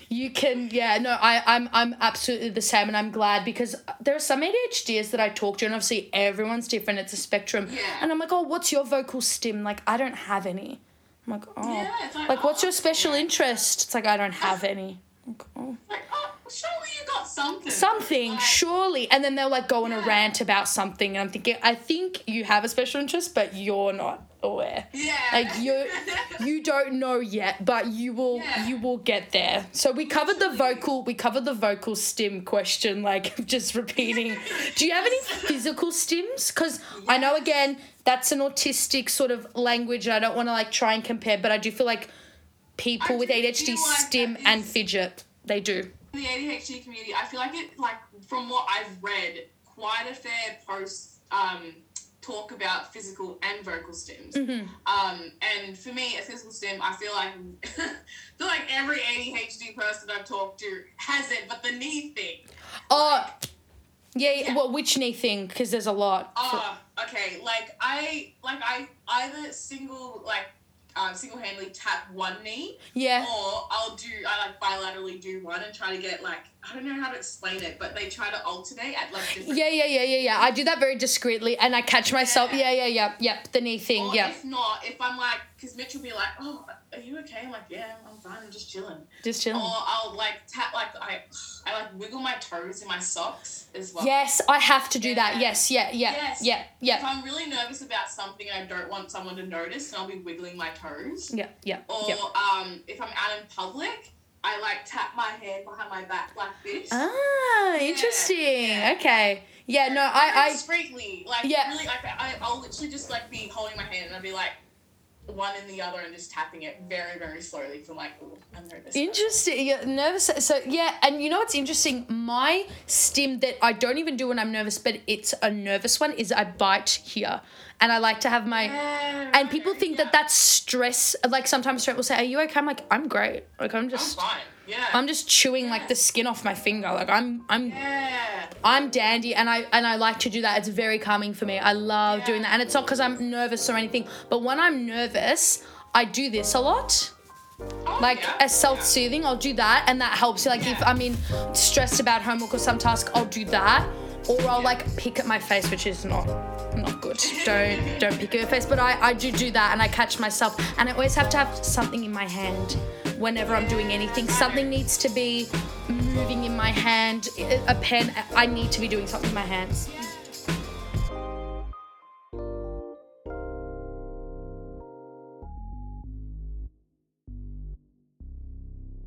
S1: you can yeah no I, I'm I'm absolutely the same and I'm glad because there are some ADHDs that I talk to and obviously everyone's different it's a spectrum
S2: Yeah.
S1: and I'm like oh what's your vocal stim like I don't have any I'm like oh
S2: Yeah, it's like,
S1: like what's
S2: oh,
S1: your special interest it's like I don't
S2: (laughs)
S1: have any Like, oh.
S2: Like, oh, surely you got something.
S1: something
S2: Like,
S1: surely and then they'll like go on a
S2: Yeah.
S1: rant about something and I'm thinking I think you have a special interest but you're not aware
S2: Yeah.
S1: like you you don't know yet but you will
S2: Yeah.
S1: you will get there so we covered the vocal we covered the vocal stim question like (laughs) just repeating do you have any physical stims because i know again that's an autistic sort of language and i don't want to like try and compare but i do feel like people
S2: I
S1: with
S2: do
S1: adhd
S2: feel like
S1: stim
S2: that
S1: and
S2: is-
S1: fidget they do
S2: the ADHD community, I feel like it, like, from what I've read, quite a fair post um, talk about physical and vocal stims.
S1: Mm-hmm.
S2: Um, and for me, a physical stim, I feel like, (laughs) feel like every ADHD person I've talked to has it, but the knee thing.
S1: oh yeah, yeah. well which knee thing because there's a lot
S2: Ah, okay. Like I, like I, either single, like um, single-handedly tap one knee,
S1: yeah
S2: or I'll do, I like bilaterally do one and try to get like, I don't know how to explain it, but they try to alternate at like different.
S1: Yeah, yeah, yeah, yeah, yeah. I do that very discreetly, and I catch myself. Yeah, yeah,
S2: Yeah.
S1: yeah, yeah. The knee thing.
S2: Or
S1: Yeah,
S2: if not, if I'm like, because Mitch will be like, oh, are you okay? I'm like, yeah, I'm fine. I'm just chilling.
S1: just
S2: Or
S1: chilling.
S2: I'll like tap, like I, I like wiggle my toes in my socks as well.
S1: Yes, I have to do that.
S2: Yeah.
S1: Yes, yeah, yeah,
S2: Yes.
S1: yeah,
S2: If
S1: yeah,
S2: I'm really nervous about something and I don't want someone to notice, then I'll be wiggling my toes.
S1: yeah, yeah,
S2: Or
S1: yeah.
S2: um, if I'm out in public, I like tap my hand behind my back like this.
S1: Ah, interesting. Okay. Yeah. No, I,
S2: Very
S1: I.
S2: discreetly, like
S1: Yeah.
S2: really, like I, I'll literally just like be holding my hand and I'll be like, one in the other and just tapping it very, very slowly. Because I'm like, ooh, I'm nervous.
S1: Interesting. Yeah, nervous. So yeah, and you know what's interesting? My stim that I don't even do when I'm nervous, but it's a nervous one. Is I bite here, and I like to have my. And people think that that's stress. Like sometimes stress will say, "Are you okay?" I'm like, "I'm great. Like I'm
S2: I'm
S1: just,
S2: fine. Yeah.
S1: I'm just chewing like the skin off my finger. Like I'm, I'm,
S2: yeah.
S1: I'm dandy, and I and I like to do that. It's very calming for me. I love doing that, and it's not because I'm nervous or anything. But when I'm nervous, I do this a lot
S2: Oh,
S1: like
S2: yeah.
S1: a self-soothing i'll do that and that helps like if i'm in stressed about homework or some task i'll do that or i'll like pick at my face which is not not good don't don't pick at your face but i i do do that and i catch myself and i always have to have something in my hand whenever i'm doing anything something needs to be moving in my hand a a pen i need to be doing something with my hands
S2: Yeah.